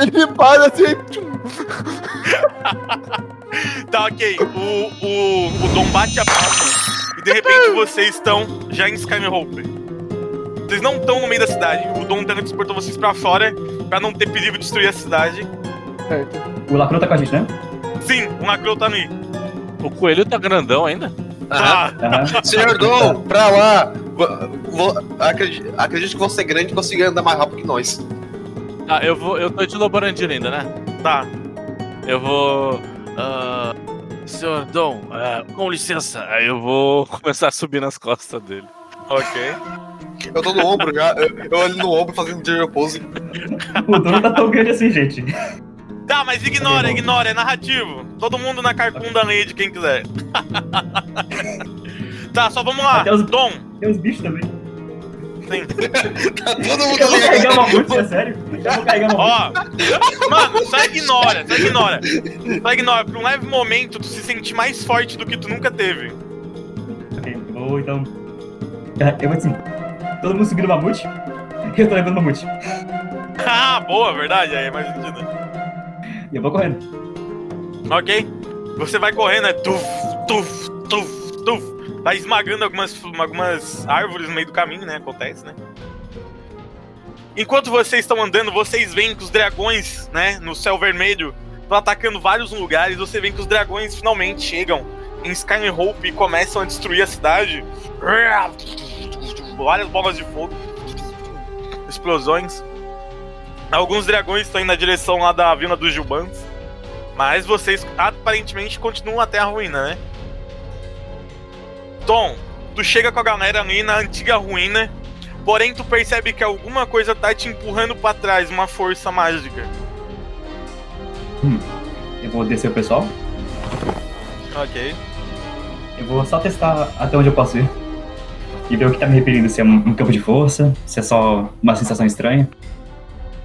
Ele para assim, tchum. Tá, ok. O, o, o Dom bate a pata e de repente vocês estão já em Skyrim Vocês não estão no meio da cidade. O Dom teletransportou vocês pra fora pra não ter perigo de destruir a cidade. O Lacro tá com a gente, né? Sim, o Macro tá ali. O coelho tá grandão ainda. Tá. Aham. [LAUGHS] Senhor tá. Dom, pra lá. Vo- vo- acredi- acredito que você é grande e consiga andar mais rápido que nós. Ah, eu vou. Eu tô de Loborandir ainda, né? Tá. Eu vou. ah, senhor Dom, ah, com licença. Aí eu vou [LAUGHS] começar a subir nas costas dele. Ok. Eu tô no ombro já. Eu, eu olho no ombro fazendo Jerry Pose. O dono tá tão grande assim, gente. Tá, mas ignora, ignora, é narrativo. Todo mundo na carcunda lei de quem quiser. [LAUGHS] tá, só vamos lá. Até os- Dom, Tem uns bichos também. Tá todo mundo Eu vou ali. carregar uma mamute, é sério? Eu vou carregar uma mamute. ó. Mano, só ignora, só ignora. Só ignora. Por um leve momento, tu se sente mais forte do que tu nunca teve. [LAUGHS] Ok, eu vou então. Ah, Eu vou assim. Todo mundo subindo o mamute. Eu tô levando o mamute. Ah, boa, verdade. Aí é mais sentido. E eu vou correndo. Ok? Você vai correndo, é tuf, tuf, tuf, tuf. Vai esmagando algumas, algumas árvores no meio do caminho, né? Acontece, né? Enquanto vocês estão andando, vocês veem que os dragões, né, no céu vermelho, estão atacando vários lugares. Você vê que os dragões finalmente chegam em Skyhope e começam a destruir a cidade. Várias bolas de fogo, explosões. Alguns dragões estão indo na direção lá da vila dos Gilbans. Mas vocês aparentemente continuam até a ruína, né? Tom, tu chega com a galera ali na antiga ruína, porém tu percebe que alguma coisa tá te empurrando pra trás, uma força mágica. Eu vou descer o pessoal. Ok. Eu vou só testar até onde eu posso ir. E ver o que tá me repelindo, se é um um campo de força, se é só uma sensação estranha.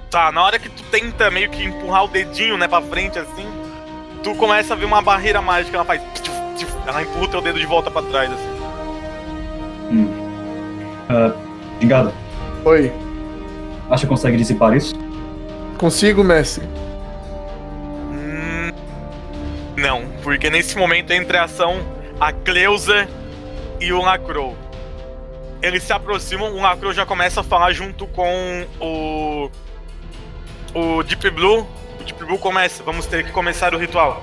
Tá, na hora que tu tenta meio que empurrar o dedinho, né, pra frente assim, tu começa a ver uma barreira mágica, ela faz. Ela empurra o teu dedo de volta pra trás, assim. Gingado, Oi. acha que consegue dissipar isso? Consigo, mestre? Hum, Não, porque nesse momento entra em ação a Cleusa e o Lacrow. Eles se aproximam, o Lacrow já começa a falar junto com o. O Deep Blue. O Deep Blue começa, vamos ter que começar o ritual.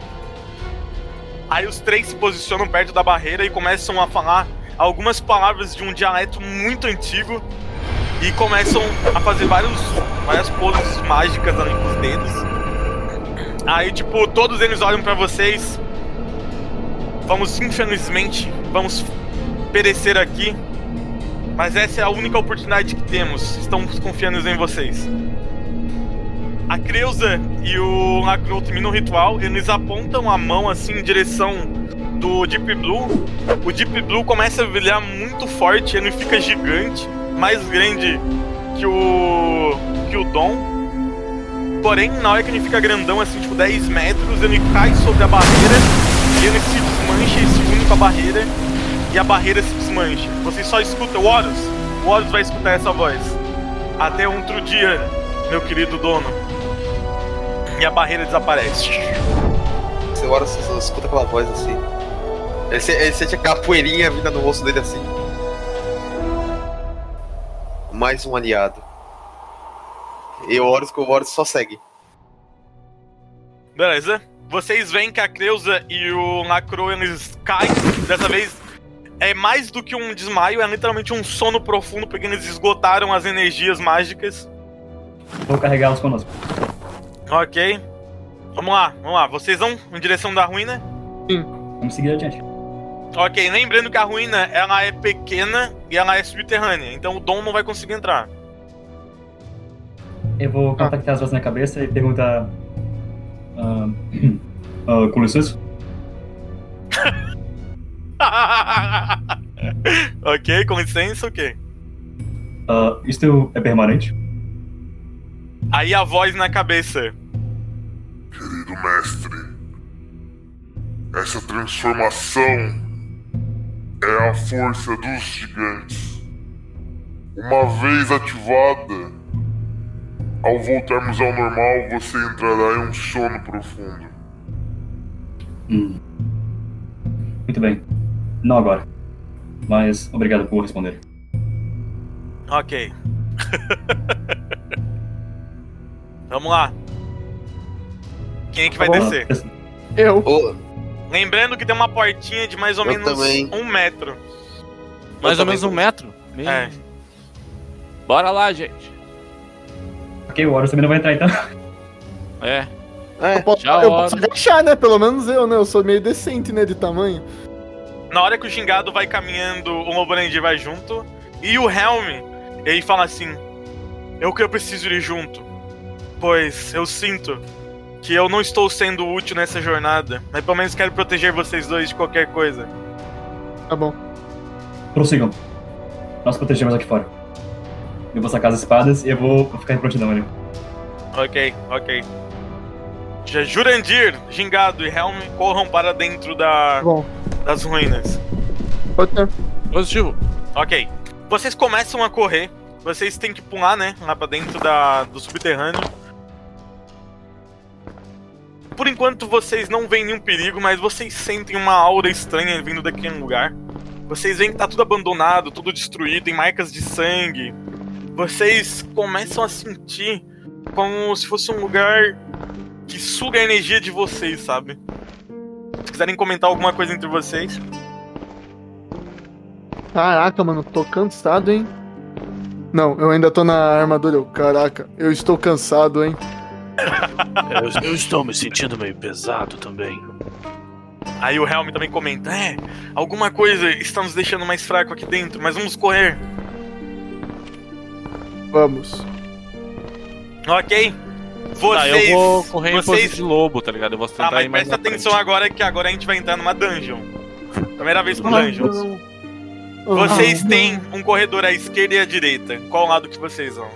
Aí os três se posicionam perto da barreira e começam a falar algumas palavras de um dialeto muito antigo e começam a fazer vários, várias poses mágicas ali com os dedos. Aí, tipo, todos eles olham pra vocês. Vamos, infelizmente, vamos perecer aqui. Mas essa é a única oportunidade que temos. Estamos confiando em vocês. A Creuza e o Lacro terminam o ritual. Eles apontam a mão assim em direção do Deep Blue. O Deep Blue começa a brilhar muito forte. Ele fica gigante, mais grande que o que o Dom. Porém, na hora que ele fica grandão, assim, tipo 10 metros, ele cai sobre a barreira e ele se desmancha e se une com a barreira e a barreira se desmancha. Você só escuta o Horus. O Horus vai escutar essa voz. Até um outro dia, meu querido dono. E a barreira desaparece. Você hora você só escuta aquela voz assim. Ele, se- ele sente a capoeirinha vindo no rosto dele assim. Mais um aliado. E o Horus, o Horus só segue. Beleza? Vocês veem que a Creuza e o Lacro eles caem. Dessa vez é mais do que um desmaio, é literalmente um sono profundo, porque eles esgotaram as energias mágicas. Vou carregá-los conosco. Ok. Vamos lá, vamos lá. Vocês vão em direção da ruína? Vamos seguir adiante. Ok, lembrando que a ruína ela é pequena e ela é subterrânea, então o Dom não vai conseguir entrar. [LAUGHS] Eu vou contactar as vozes na cabeça e perguntar. ah, ah, [CLEARS THROAT] com licença? ok, com licença, ok. Ah, isto é permanente? Aí a voz na cabeça. Querido mestre, essa transformação é a força dos gigantes. Uma vez ativada, ao voltarmos ao normal, você entrará em um sono profundo. Muito bem. Não agora. Mas obrigado por responder. Ok. [LAUGHS] Vamos lá. Quem é que vai Ah, Tá bom. descer? Eu. Ô, Lembrando que tem uma portinha de mais ou Eu menos também. um metro. Mais Eu ou também menos um vou. metro. Meio. É. Bora lá, gente. Ok, o Horus também não vai entrar então. [LAUGHS] É. Eu posso, já eu hora. posso agachar, né? Pelo menos eu, né? Eu sou meio decente, né? De tamanho. Na hora que o gingado vai caminhando, o Loborandir vai junto. E o Helm, ele fala assim: Eu que eu preciso ir junto. Pois eu sinto que eu não estou sendo útil nessa jornada. Mas pelo menos quero proteger vocês dois de qualquer coisa. Tá bom. Prossigam. Nós protegemos aqui fora. Eu vou sacar as espadas e eu vou ficar em prontidão ali. Ok, ok. Já Jurandir, Gingado e Helm corram para dentro da, Tá bom. das ruínas. Pode ter. Positivo. Ok. Vocês começam a correr. Vocês têm que pular, né? Lá pra dentro da, do subterrâneo. Por enquanto vocês não veem nenhum perigo, mas vocês sentem uma aura estranha vindo daquele lugar. Vocês veem que tá tudo abandonado, tudo destruído, tem marcas de sangue. Vocês começam a sentir como se fosse um lugar que suga a energia de vocês, sabe? Se quiserem comentar alguma coisa entre vocês. Caraca, mano, tô cansado, hein? Não, eu ainda tô na armadura. Eu, caraca, eu estou cansado, hein? Eu, eu estou me sentindo meio pesado também. Aí o Helm também comenta: É, alguma coisa está nos deixando mais fraco aqui dentro, mas vamos correr. Vamos. Ok? Tá, Vocês. eu vou correr em vocês... posição de lobo, tá ligado? Eu vou Tá, tentar mas ir mais presta na atenção frente. agora que agora a gente vai entrar numa dungeon. Primeira vez com Ai, dungeons. não. Vocês Ah, têm um corredor à esquerda e à direita. Qual lado que vocês vão?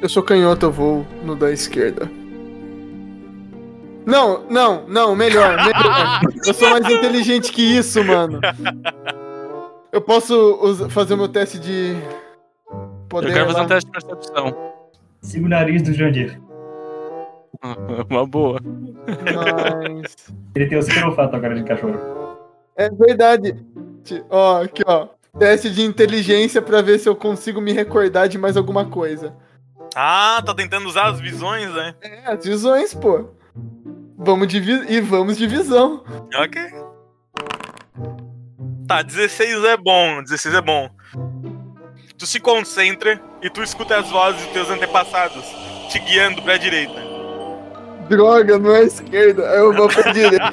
Eu sou canhoto, eu vou no da esquerda. Não, não, não, melhor, melhor. Eu sou mais inteligente que isso, mano. Eu posso us- fazer meu teste de. Poder. Eu quero fazer lá? um teste de percepção. [LAUGHS] Siga o nariz do Jandir. Uma boa. um Mas... Ele tem o super olfato agora de cachorro. É verdade. Ó, aqui, ó. Teste de inteligência pra ver se eu consigo me recordar de mais alguma coisa. Ah, tá tentando usar as visões, né? É, as visões, pô. Vamos de vi- e vamos de visão. Ok. Tá, 16 é bom, 16 é bom. Tu se concentra e tu escuta as vozes dos teus antepassados te guiando pra direita. [LAUGHS] Droga, não é esquerda. Aí eu vou pra [LAUGHS] direita.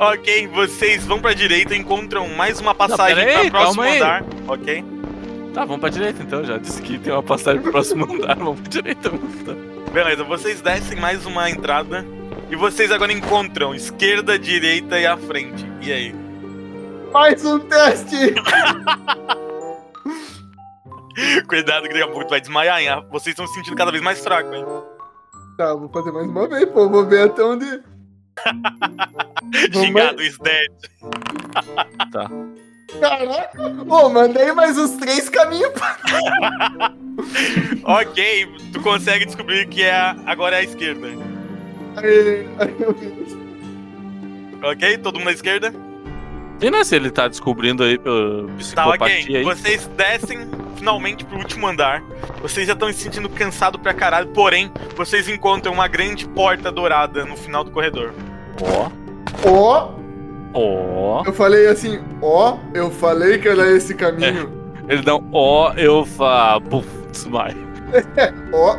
Ok, vocês vão pra direita e encontram mais uma passagem pera aí, pra próximo calma aí. andar. Ok. Tá, vamos pra direita então. Já disse que tem uma passagem pro próximo [LAUGHS] andar. Vamos pra direita. vamos pra- Beleza, vocês descem mais uma entrada. E vocês agora encontram esquerda, direita e a frente. E aí? [LAUGHS] mais um teste! Cuidado que daqui a pouco tu vai desmaiar, hein? Ah, Vocês estão se sentindo cada vez mais fraco, hein? Tá, vou fazer mais uma vez, pô. Vou ver até onde. [LAUGHS] Vamos Gingado, Snare. mais- Caraca! Ô, mandei mais uns três caminhos. pô. Ok, tu consegue descobrir que é a- agora é a esquerda. Aí, aí eu vi. Ok? Todo mundo à esquerda? E não é se ele tá descobrindo aí pela Tá, é psicopatia ok. aí. Vocês descem finalmente pro último andar. Vocês já estão se sentindo cansado pra caralho, porém, vocês encontram uma grande porta dourada no final do corredor. Ó, Ó, ó. eu falei assim, ó, eu falei que era esse caminho. Ele dá um ó, eu fa. Buf, desmaio. Ó,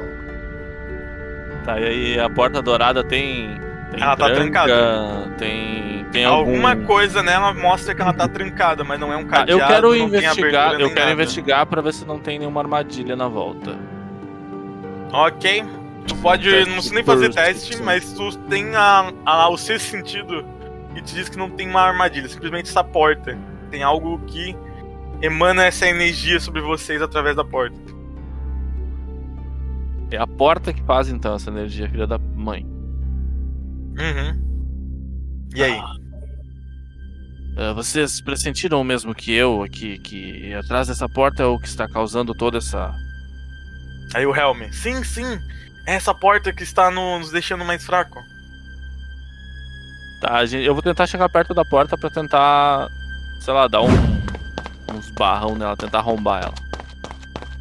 Tá, e aí a porta dourada tem. tem Ela tá trancada. Tem. Tem Alguma algum... coisa nela mostra que ela tá trancada, mas não é um Ah, cadeado. eu quero não tem investigar, abertura eu nem quero nada. investigar pra ver se não tem nenhuma armadilha na volta. Tá, Ok. Tu pode, Teste não precisa nem fazer por teste, percepção. mas tu tem a, a- o sexto sentido e te diz que não tem uma armadilha, simplesmente essa porta. Tem algo que emana essa energia sobre vocês através da porta. É a porta que faz então essa energia, filha da mãe. Ah. Uhum. E aí? Ah, vocês pressentiram o mesmo que eu aqui que atrás dessa porta é o que está causando toda essa. Aí o Helm. Sim, sim. É essa porta que está no- nos deixando mais fraco. Tá, a gente- eu vou tentar chegar perto da porta pra tentar, sei lá, dar um, uns barrão nela, tentar arrombar ela.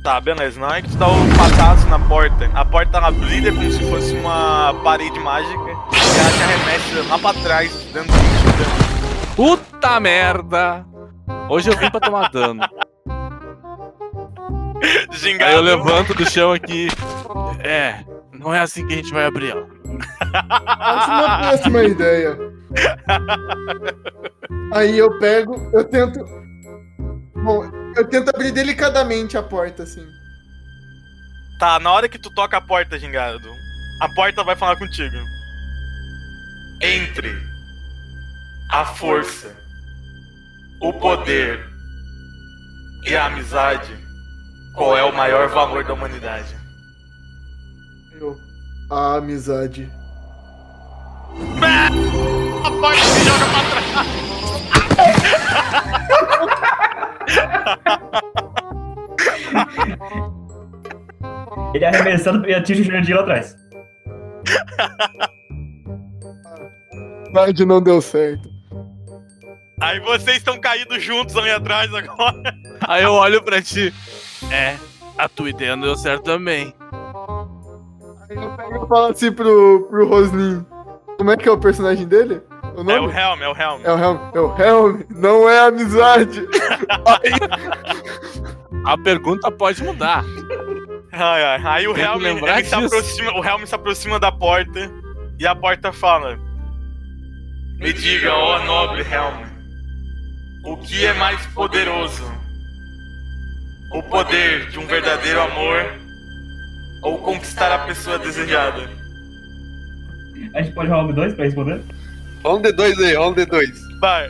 Tá, beleza. Na hora que tu dá o patasso na porta, a porta ela brilha como se fosse uma parede mágica e ela te arremessa lá pra trás, dando um dano. Puta merda! Hoje eu vim pra tomar [LAUGHS] dano. Gingado. Aí [LAUGHS] eu levanto do chão aqui. É, não é assim que a gente vai abrir ela. [LAUGHS] Acho uma péssima ideia. Aí eu pego, eu tento. Bom, eu tento abrir delicadamente a porta, assim. Tá, na hora que tu toca a porta, Gingado, a porta vai falar contigo. Entre a força, o poder e a amizade, qual é o maior valor da humanidade? Eu. A amizade. A porta se joga pra trás. Ele é arremessado e atinge o Jurandir lá atrás. Mas não deu certo. Aí vocês estão caídos juntos ali atrás agora. Aí eu olho pra ti. É, a tua ideia não deu certo também. Aí eu pego e falo assim pro, pro Rosnin. Como é que é o personagem dele? O É o nome? Helm, é o Helm. É o Helm. É o Helm. Não é amizade. A pergunta pode mudar. Ai, ai. Aí o Tem que Helm, lembrar ele se disso. aproxima, o Helm se aproxima da porta e a porta fala: Me diga, ó nobre Helm, o que é mais poderoso? O poder de um verdadeiro amor ou conquistar a pessoa desejada? A gente pode rolar um dois pra responder? Rola um D2 aí, rola um D2. Vai.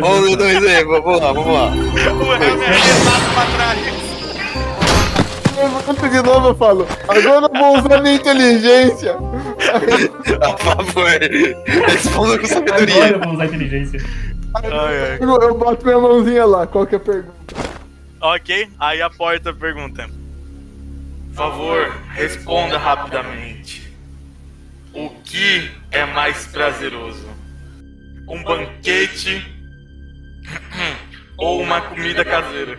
Rola um D2 aí, vamos lá, vamos lá. O Helm é arremessado pra trás. Eu levanto de novo eu falo. Agora eu vou usar minha inteligência. A favor, [LAUGHS] responda com Agora sabedoria. eu vou usar inteligência. Ai, ai. Eu, eu boto minha mãozinha lá. Qual que é a pergunta? Ok, aí a porta pergunta: Por favor, responda rapidamente. O que é mais prazeroso? Um banquete ou uma comida caseira?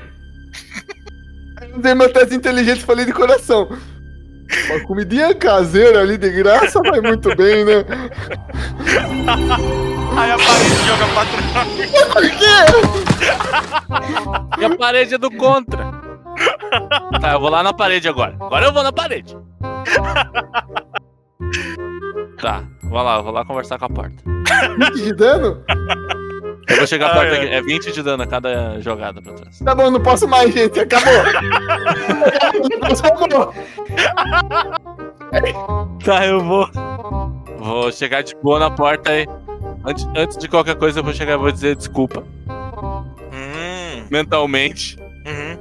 Eu usei meu teste de inteligência e falei de coração. Uma comidinha caseira ali de graça vai muito bem, né? [LAUGHS] Aí a parede joga pra trás. Por quê? E a parede é do contra. Tá, eu vou lá na parede agora. Agora eu vou na parede. Tá, vou lá, eu vou lá conversar com a porta. 20 de dano? Eu vou chegar Ah, perto é. aqui. É 20 de dano a cada jogada pra trás. Tá bom, não posso mais, gente. Acabou. Acabou. Tá, eu vou. Vou chegar de boa na porta aí. Antes, antes de qualquer coisa, eu vou chegar e vou dizer desculpa Hum, mentalmente. uhum.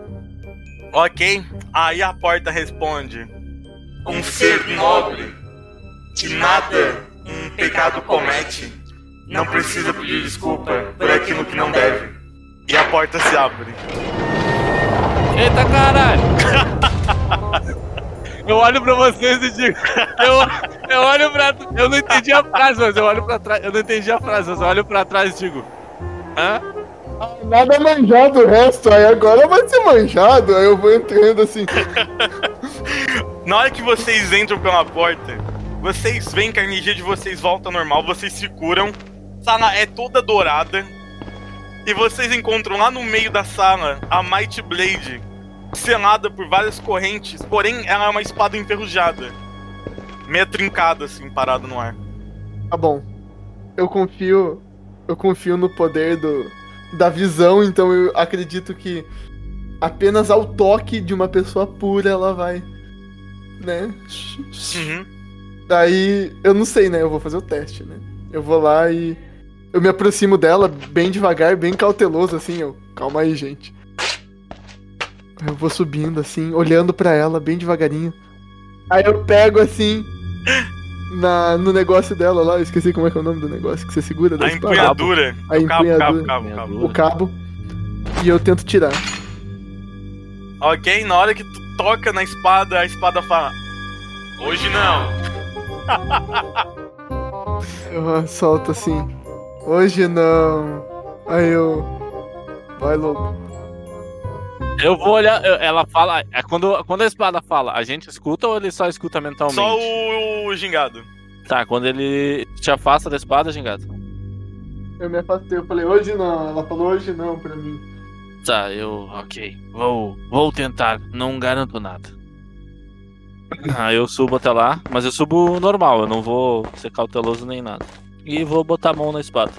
Ok, aí a porta responde: Um ser nobre que nada um pecado comete não precisa pedir desculpa por aquilo que não deve. E a porta se abre. Eita caralho! [LAUGHS] Eu olho pra vocês e digo. Eu, eu olho pra. Eu não entendi a frase, mas eu olho pra trás. Eu não entendi a frase, mas eu olho pra trás e digo. Hã? Nada manjado o resto. Aí agora vai ser manjado. Aí eu vou entrando assim. Na hora que vocês entram pela porta, vocês veem que a energia de vocês volta ao normal, vocês se curam. A sala é toda dourada. E vocês encontram lá no meio da sala a Might Blade, selada por várias correntes, porém ela é uma espada enferrujada. Meia trincada, assim, parada no ar. Tá bom. Eu confio. Eu confio no poder do, da visão, então eu acredito que apenas ao toque de uma pessoa pura ela vai. Né? Uhum. Daí. Eu não sei, né? Eu vou fazer o teste, né? Eu vou lá e. Eu me aproximo dela bem devagar, bem cauteloso, assim, eu. Calma aí, gente. Eu vou subindo, assim, olhando pra ela bem devagarinho. Aí eu pego assim. na, no negócio dela lá, eu esqueci como é que é o nome do negócio que você segura da A espada. empunhadura. A O cabo, empunhadura. cabo, cabo, cabo. O cabo. E eu tento tirar. Ok, na hora que tu toca na espada, a espada fala. Hoje não. Eu solto assim. Hoje não. Aí eu. Vai, lobo. Eu vou olhar, eu- ela fala. é Quando, quando a espada fala, a gente escuta ou ele só escuta mentalmente? Só o, o gingado. Tá, quando ele te afasta da espada, gingado. Eu me afastei, eu falei, hoje não. Ela falou hoje não pra mim. Tá, eu. Ok. Vou, vou tentar. Não garanto nada. Ah, eu subo até lá, mas eu subo normal, eu não vou ser cauteloso nem nada. E vou botar a mão na espada.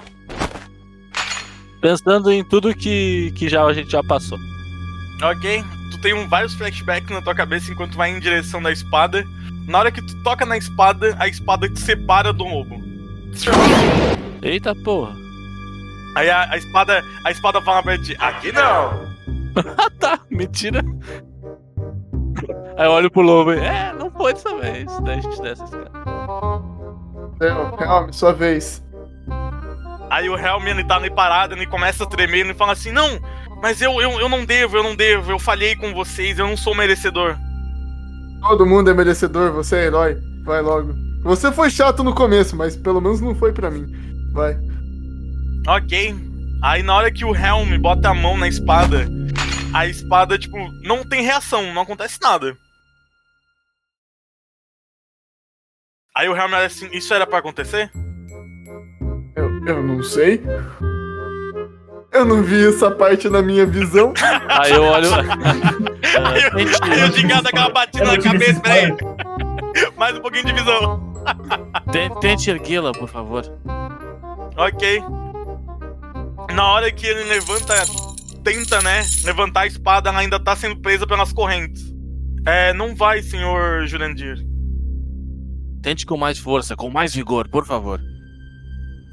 Pensando em tudo que, que já a gente já passou. Ok? Tu tem um, vários flashbacks na tua cabeça enquanto vai em direção da espada. Na hora que tu toca na espada, a espada te separa do lobo. Eita porra! [LAUGHS] Aí a, a espada. A espada fala pra ti, aqui não! Tá, mentira! Aí eu olho pro lobo e. É, não foi dessa vez. Daí a gente desce esse cara. Deu, calma, sua vez. Aí o Helm ele tá ali parado, ele começa a tremer, ele fala assim, não, mas eu, eu, eu não devo, eu não devo, eu falhei com vocês, eu não sou merecedor. Todo mundo é merecedor, você é herói. Vai logo. Você foi chato no começo, mas pelo menos não foi pra mim. Vai. Ok. Aí na hora que o Helm bota a mão na espada, a espada, tipo, não tem reação, não acontece nada. Aí o Helm olha assim, isso era pra acontecer? Eu, eu não sei. Eu não vi essa parte na minha visão. Aí eu olho. Ah, Aí o- aí o gigante dá aquela batida na cabeça, peraí. Mais um pouquinho de visão. Tente, tente erguê-la, por favor. Ok. Na hora que ele levanta, tenta, né, levantar a espada, ela ainda tá sendo presa pelas correntes. É, não vai, senhor Jurandir. Tente com mais força, com mais vigor, por favor.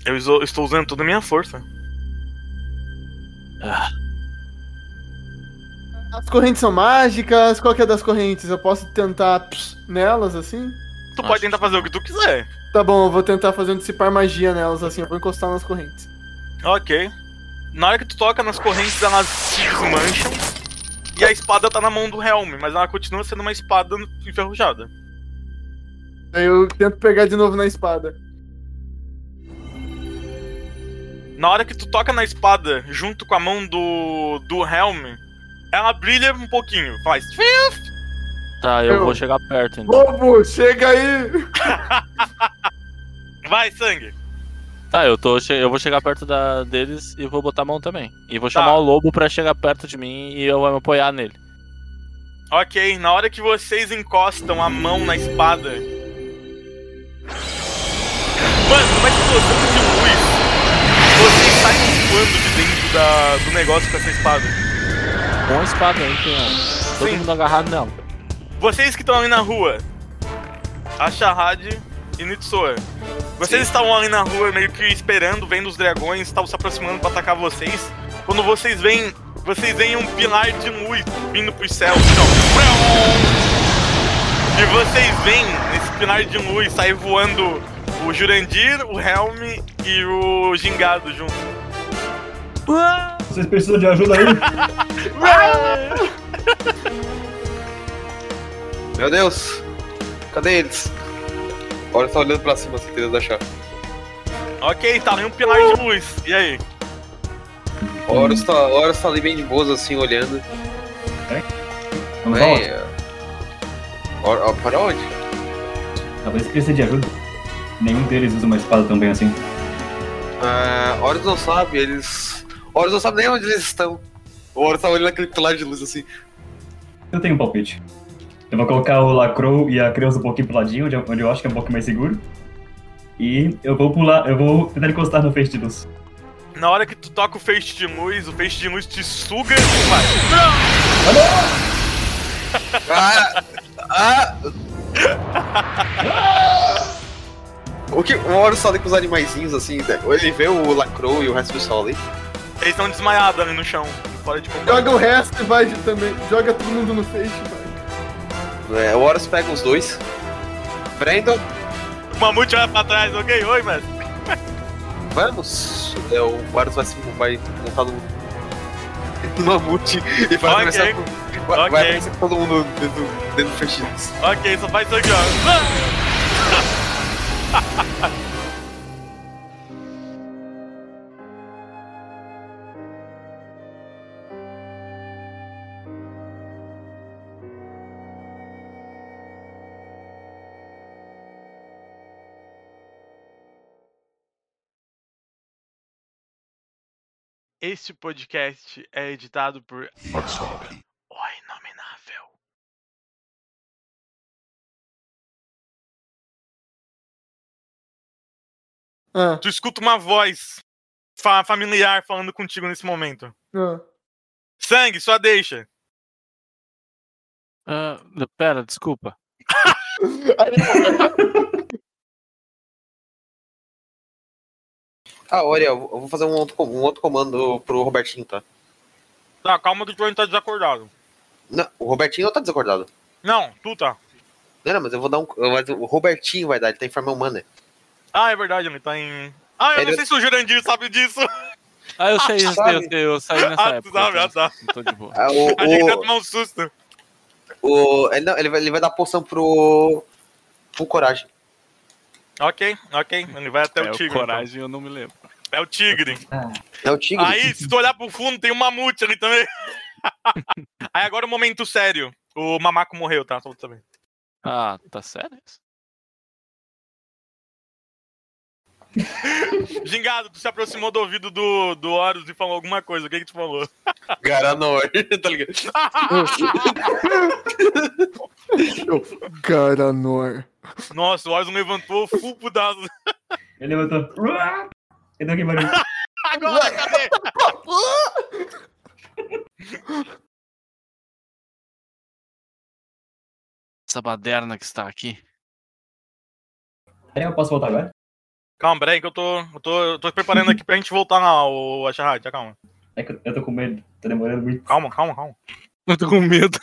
Eu iso- estou usando toda a minha força. As correntes são mágicas. Qual que é das correntes? Eu posso tentar pss, nelas assim? Tu Acho pode tentar que- fazer o que tu quiser. Tá bom, eu vou tentar fazer um dissipar magia nelas assim. Eu vou encostar nas correntes. Ok. Na hora que tu toca nas correntes, elas se desmancham. E a espada tá na mão do Helm, mas ela continua sendo uma espada enferrujada. Aí eu tento pegar de novo na espada. Na hora que tu toca na espada, junto com a mão do, do Helm, ela brilha um pouquinho. Faz. Tá, eu, Eu- vou chegar perto então. Lobo, chega aí! Vai, sangue! Tá, eu, tô, che- eu vou chegar perto da, deles e vou botar a mão também. E vou Tá. chamar o lobo pra chegar perto de mim e eu vou me apoiar nele. Ok, na hora que vocês encostam a mão na espada. Mano, uma explosão de luz. Vocês saem voando de dentro da- do negócio com essa espada. Com a espada aí, tem ó, todo Sim. mundo agarrado nela. Vocês que estão ali na rua, a Shahad e Nitsoa. Vocês estavam ali na rua meio que esperando, vendo os dragões, estavam se aproximando pra atacar vocês. Quando vocês veem, vocês veem um pilar de luz vindo pro céu. Então, e vocês veem nesse pilar de luz sair voando o Jurandir, o Helm e o Gingado junto. Vocês precisam de ajuda aí? Meu Deus! Cadê eles? Olha, tá olhando pra cima, assim, tentando achar. Ok, tá ali um pilar de luz. E aí? Horus tá, Horus tá ali bem de boas, assim, olhando. Vamos Bem, lá. é... Hor- ó, para onde? Talvez precise de ajuda. Nenhum deles usa uma espada tão bem assim. Ah, Horus não sabe, eles... Horus não sabe nem onde eles estão. O Horus tá olhando aquele pilar de luz, assim. Eu tenho um palpite. Eu vou colocar o Lacrow e a Creus um pouquinho pro ladinho, onde eu, onde eu acho que é um pouquinho mais seguro. E eu vou pular, eu vou tentar encostar no feixe de luz. Na hora que tu toca o feixe de luz, o feixe de luz te suga e vai. Ah! ah! O que o Horus tá ali com os animaizinhos, assim, né? ele vê o Lacrow e o resto do pessoal ali. Eles estão desmaiados ali no chão, fora de combate. Joga o resto e vai de- também. Joga todo mundo no feixe, vai. É, o Horus pega os dois. Brandon, O mamute olha pra trás, ok, oi, mas. Vamos! É, o Varus vai, se- vai montar no. no mamute e vai Ok. começar com. Vai, Ok. vai começar com todo mundo dentro, dentro do fechiço. Ok, só faz isso aqui, ó. Ah! Este podcast é editado por O Inominável. Ah, Tu escuta uma voz fa- familiar falando contigo nesse momento. ah. Sangue, só deixa. Ah, pera, desculpa. Ah, olha, eu vou fazer um outro, com- um outro comando pro Robertinho, tá? Tá, calma que o Johnny tá desacordado. Não, o Robertinho não tá desacordado. Não, tu tá. Não, não, mas eu vou dar um. mas o Robertinho vai dar, ele tá em forma humana. Ah, é verdade, ele tá em. Ah, eu não Ele- sei se o Jurandir sabe disso. Ah, eu sei, eu sei, eu sei, eu saí nessa Ah, tu época. sabe, então ah, tá. Tô de boa. Ah, o, [LAUGHS] A gente o- vai tomar um susto. o- ele, não, ele, vai, ele vai dar poção pro. pro Coragem. Ok, ok. Ele vai até É, o o tigre. coragem eu não me lembro. então. É o tigre. É o Tigre. Aí, se tu olhar pro fundo, tem um mamute ali também. [LAUGHS] Aí agora um momento sério. O mamaco morreu, tá? Só pra tu saber. Ah, tá sério isso? Gingado, tu se aproximou do ouvido do, do Horus e falou alguma coisa. O que que tu falou? Garanor, [LAUGHS] tá ligado? Eu, Garanor. Nossa, o Horus levantou full putazo. Ele levantou. Cadê aquele barulho? Agora, cadê? Essa baderna é que está aqui. Peraí, eu posso voltar agora? Calma, peraí que eu tô, eu tô, eu tô preparando aqui pra gente voltar lá, o Acharrat, tá, calma. É que eu- eu tô com medo. Tá demorando muito. Calma, calma, calma. Eu tô com medo.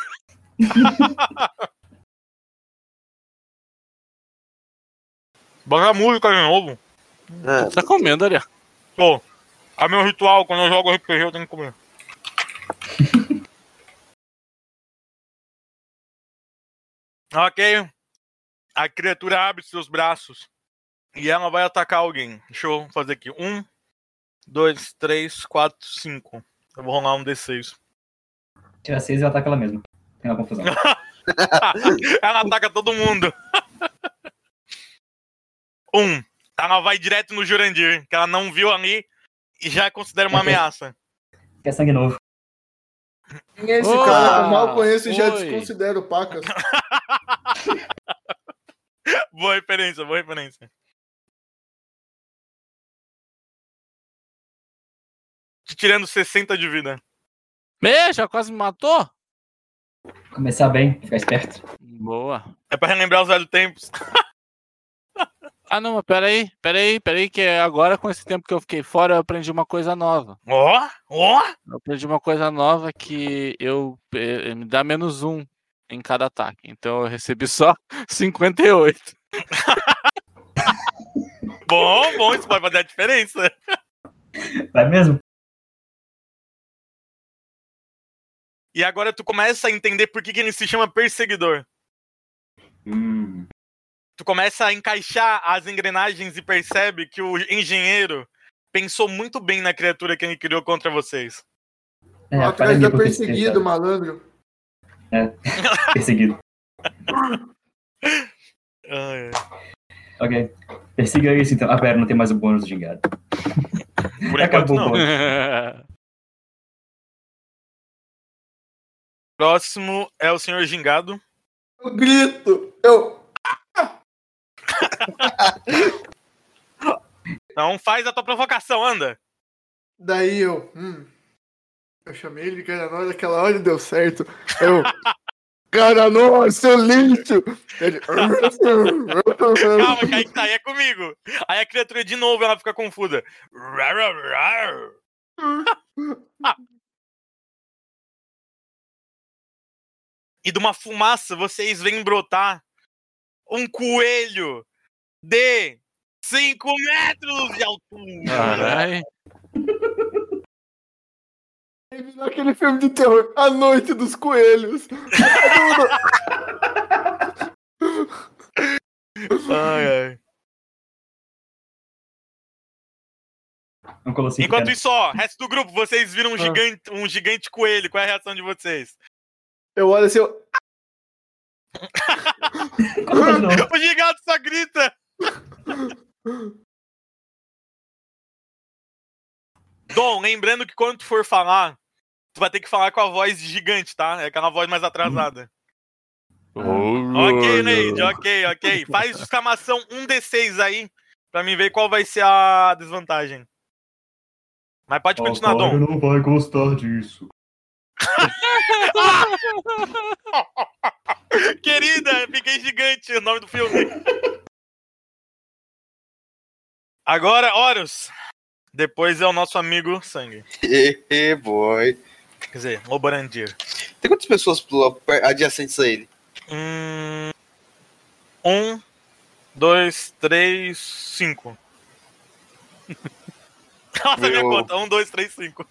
Bota a música de novo. Ah, [LAUGHS] Tá com medo, Ariel. Tô. É meu ritual, quando eu jogo RPG eu tenho que comer. [LAUGHS] ok. A criatura abre seus braços. E ela vai atacar alguém. Deixa eu fazer aqui. Um, dois, três, quatro, cinco. Eu vou rolar um D6. Tira 6 e eu ataco ela mesma. Tem uma confusão. [LAUGHS] ela ataca todo mundo. [LAUGHS] Um, ela vai direto no Jurandir, que ela não viu ali e já considera uma ameaça. [LAUGHS] Quer sangue novo. Quem é esse Olá, cara que eu mal conheço e já oi. desconsidero o Pacas? Boa referência, boa referência. Te tirando 60 de vida. Meu, já quase me matou? Começar bem, ficar esperto. Boa. É pra relembrar os velhos tempos. Ah, não, mas peraí, peraí, peraí, que agora com esse tempo que eu fiquei fora, eu aprendi uma coisa nova. Ó, ó! Eu aprendi uma coisa nova que eu eh, me dá menos um em cada ataque. Então eu recebi só [LAUGHS] 58. Bom, bom, isso vai fazer a diferença. Vai mesmo? E agora tu começa a entender por que, que ele se chama perseguidor. Hum. tu começa a encaixar as engrenagens e percebe que o engenheiro pensou muito bem na criatura que ele criou contra vocês. É, Atrás mim da pra eu ficar perseguido, malandro. esperto. Perseguido. Ai, Ok. Persiga isso então. Ah, pera, não tem mais o bônus do gingado. Por enquanto, Acabou o não. né? bônus. Próximo é o senhor Gingado. Eu grito. Eu. Então faz a tua provocação, anda. Daí eu. hum, eu chamei ele de Garanor naquela hora e deu certo. Eu. Garanor, seu lixo! Ele. [LAUGHS] Calma, que aí que tá, aí é comigo. Aí a criatura de novo ela fica confusa. E de uma fumaça vocês veem brotar um coelho de 5 metros de altura. Caralho. Aí virou aquele filme de terror, A Noite dos Coelhos. Não colossei. Enquanto isso, ó, resto do grupo, vocês viram um gigante, um gigante coelho. Qual é a reação de vocês? Eu olho assim, eu... [LAUGHS] O gigante só grita! Dom, lembrando que quando tu for falar, tu vai ter que falar com a voz de gigante, tá? É aquela voz mais atrasada. ok, Neide, ok, ok. Faz exclamação 1d6 aí, pra mim ver qual vai ser a desvantagem. Mas pode continuar, Dom. não vai gostar disso. Querida, fiquei gigante, o nome do filme. Agora, Horus. Depois é o nosso amigo Sangue. Hehe, boy. Quer dizer, Loborandir. Tem quantas pessoas pula- per- adjacentes a ele? Hum, um, dois, três, cinco. [LAUGHS] Nossa, minha Meu. conta. Um, dois, três, cinco.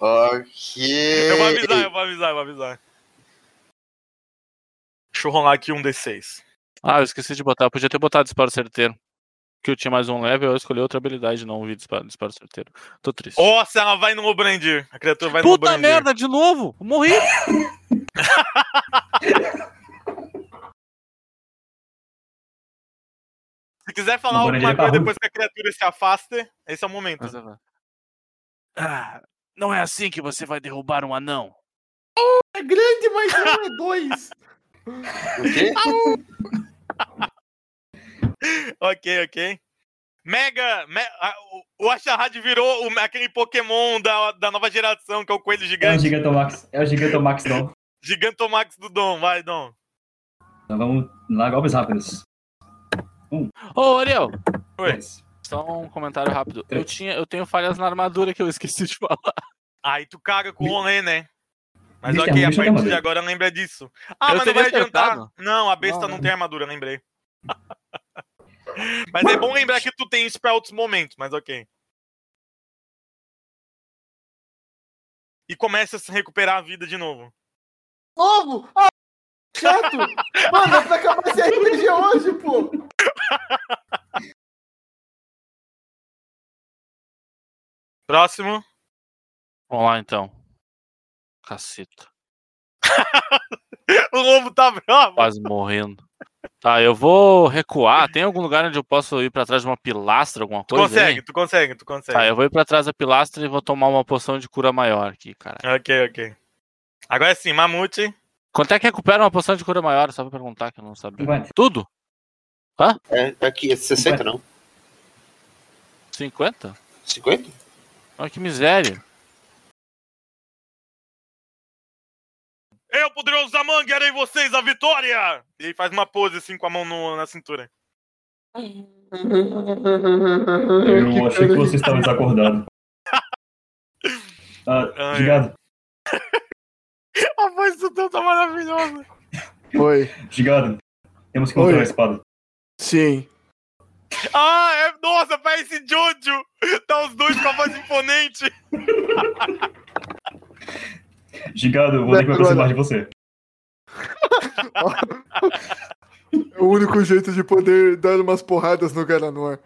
Ok. Eu É, vou avisar, eu vou avisar, eu vou avisar. Deixa eu rolar aqui um D6. Ah, eu esqueci de botar. Podia ter botado disparo certeiro. Que eu tinha mais um level, eu escolhi outra habilidade, não vi disparo, disparo certeiro. Tô triste. Nossa, ela vai no Lobrandir. A criatura Oh, vai no Puta Lobrandir. merda, de novo! Morri! Se quiser falar Lobrandir alguma é coisa parrudo. depois que a criatura se afasta, esse é o momento. Ah, não é assim que você vai derrubar um anão. É grande, mas não é dois. O [LAUGHS] quê? Ok, ok. Mega. me- a- o- o Acharad virou o- aquele Pokémon da, da nova geração, que é o Coelho É o Gigante. Gigantomax. É o Gigantomax, Dom. Gigantomax do Dom, vai, Dom. Então vamos lá, golpes rápidos. Ô, Ariel, Oi. Dois. só um comentário rápido. Eu, tinha, eu tenho falhas na armadura que eu esqueci de falar. Aí tu caga com o rolê, né? Mas Bicho, ok, arruma, a deixa eu dar uma partir de vez. agora lembra disso. Ah, mas Eu não teria vai adiantar. acertado. Não, a besta Ah. Não, não não. tem armadura, lembrei. [LAUGHS] mas é bom lembrar que tu tem isso pra outros momentos, mas ok. E começa a se recuperar a vida de novo. Novo! Ah, chato! Mano, é pra acabar esse RPG hoje, pô! Próximo. [LAUGHS] Vamos lá, então. Caceta. O lobo tá bravo. Quase morrendo. Tá, eu vou recuar. Tem algum lugar onde eu posso ir pra trás de uma pilastra, alguma Tu coisa? consegue, aí? tu consegue, tu consegue. Tá, eu vou ir pra trás da pilastra e vou tomar uma poção de cura maior aqui, cara. Ok, ok. Agora sim, mamute. Quanto é que recupera uma poção de cura maior? Só pra perguntar que eu não sabia. Cinquenta. Tudo? É, aqui, é 60 não? 50? 50? Olha que miséria. Eu, poderoso Zaman, quero em vocês a vitória! E aí faz uma pose assim com a mão no- na cintura. Eu achei que você [LAUGHS] estava desacordado. Ah, Ai, gigado, A voz do Deus tá maravilhosa. Oi. gigado. Temos que encontrar Oi. a espada. Sim. Ah, é, nossa, parece Jojo! Tá os dois com a voz imponente. Gigado, eu vou ter que me aproximar de você. É o único jeito de poder dar umas porradas no Garanor.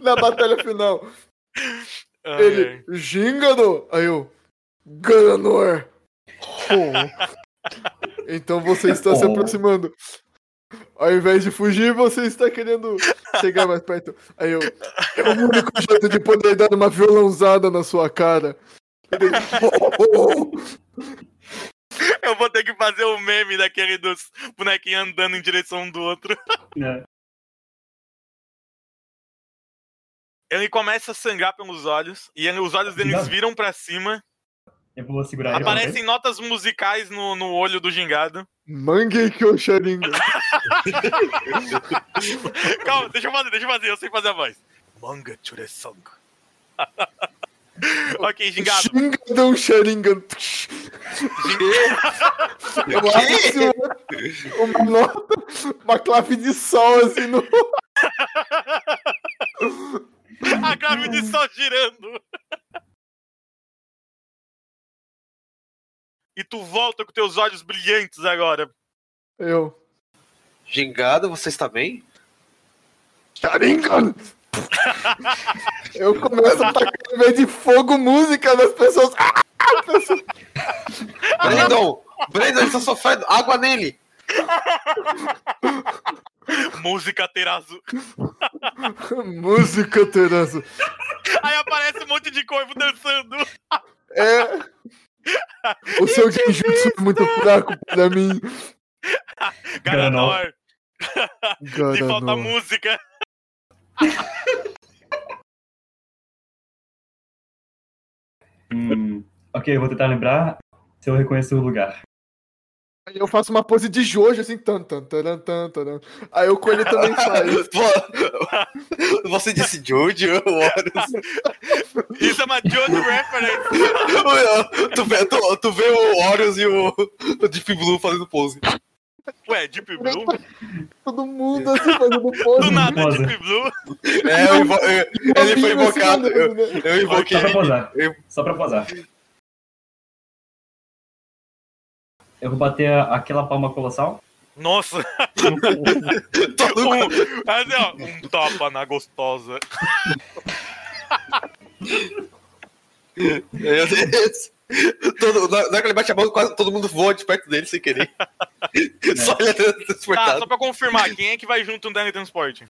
Na batalha final. Ai, ai. Ele, Gingano! Aí eu, Garanor! Oh. Então você está se Oh. aproximando. Ao invés de fugir, você está querendo chegar mais perto. Aí eu, é o único jeito de poder dar uma violãozada na sua cara. [LAUGHS] Ele, oh, oh, oh. Eu vou ter que fazer o meme daquele dos bonequinhos andando em direção um do outro. É. Ele começa a sangrar pelos olhos, e ele- os olhos deles Obrigado. viram pra cima. Eu vou segurar ele. Aparecem notas musicais no, no olho do gingado. Mangue Kyosheringa. Calma, deixa eu fazer, deixa eu fazer, eu sei fazer a voz. Manga Churesong. [LAUGHS] ok, gingado. Xingadão Sharingan. Eu abro assim, uma, uma nota, uma clave de sol assim no. A grávida só girando. [LAUGHS] E tu volta com teus olhos brilhantes agora. Eu. Gingada, você está bem? Sharingan! Eu começo a tacar em vez de fogo música nas pessoas. [LAUGHS] Ah, as pessoas- Ah, Brandon! Brandon, ele está sofrendo! Água nele! Música terazo. música, Teresa. Aí aparece um monte de corvo dançando. É. O seu Genjutsu é muito fraco pra mim. Garanor. Se falta Garanor. música. Hum, ok, eu vou tentar lembrar se eu reconheço o lugar. Aí eu faço uma pose de Jojo, assim, tan, tan, taran, tan, taran. Aí o Coelho também faz. Pô, Você disse Jojo, Horus. Isso é uma Jojo reference. tu, vê, tu, tu vê o Horus e o, o Deep Blue fazendo pose. Ué, Deep Blue? Todo mundo assim fazendo pose. Do nada, Rosa. Deep Blue. É, eu invo- eu- ele foi invocado. Eu, né? eu Só invoquei. pra posar. eu- Só pra posar. Eu vou bater a- aquela palma colossal. Nossa. Todo Um, assim, ó, um tapa na gostosa. Meu Deus. Todo, na na hora que ele bate a mão, quase todo mundo voa de perto dele sem querer. Só ele é Tá, só transportado. pra confirmar, quem é que vai junto no teletransporte?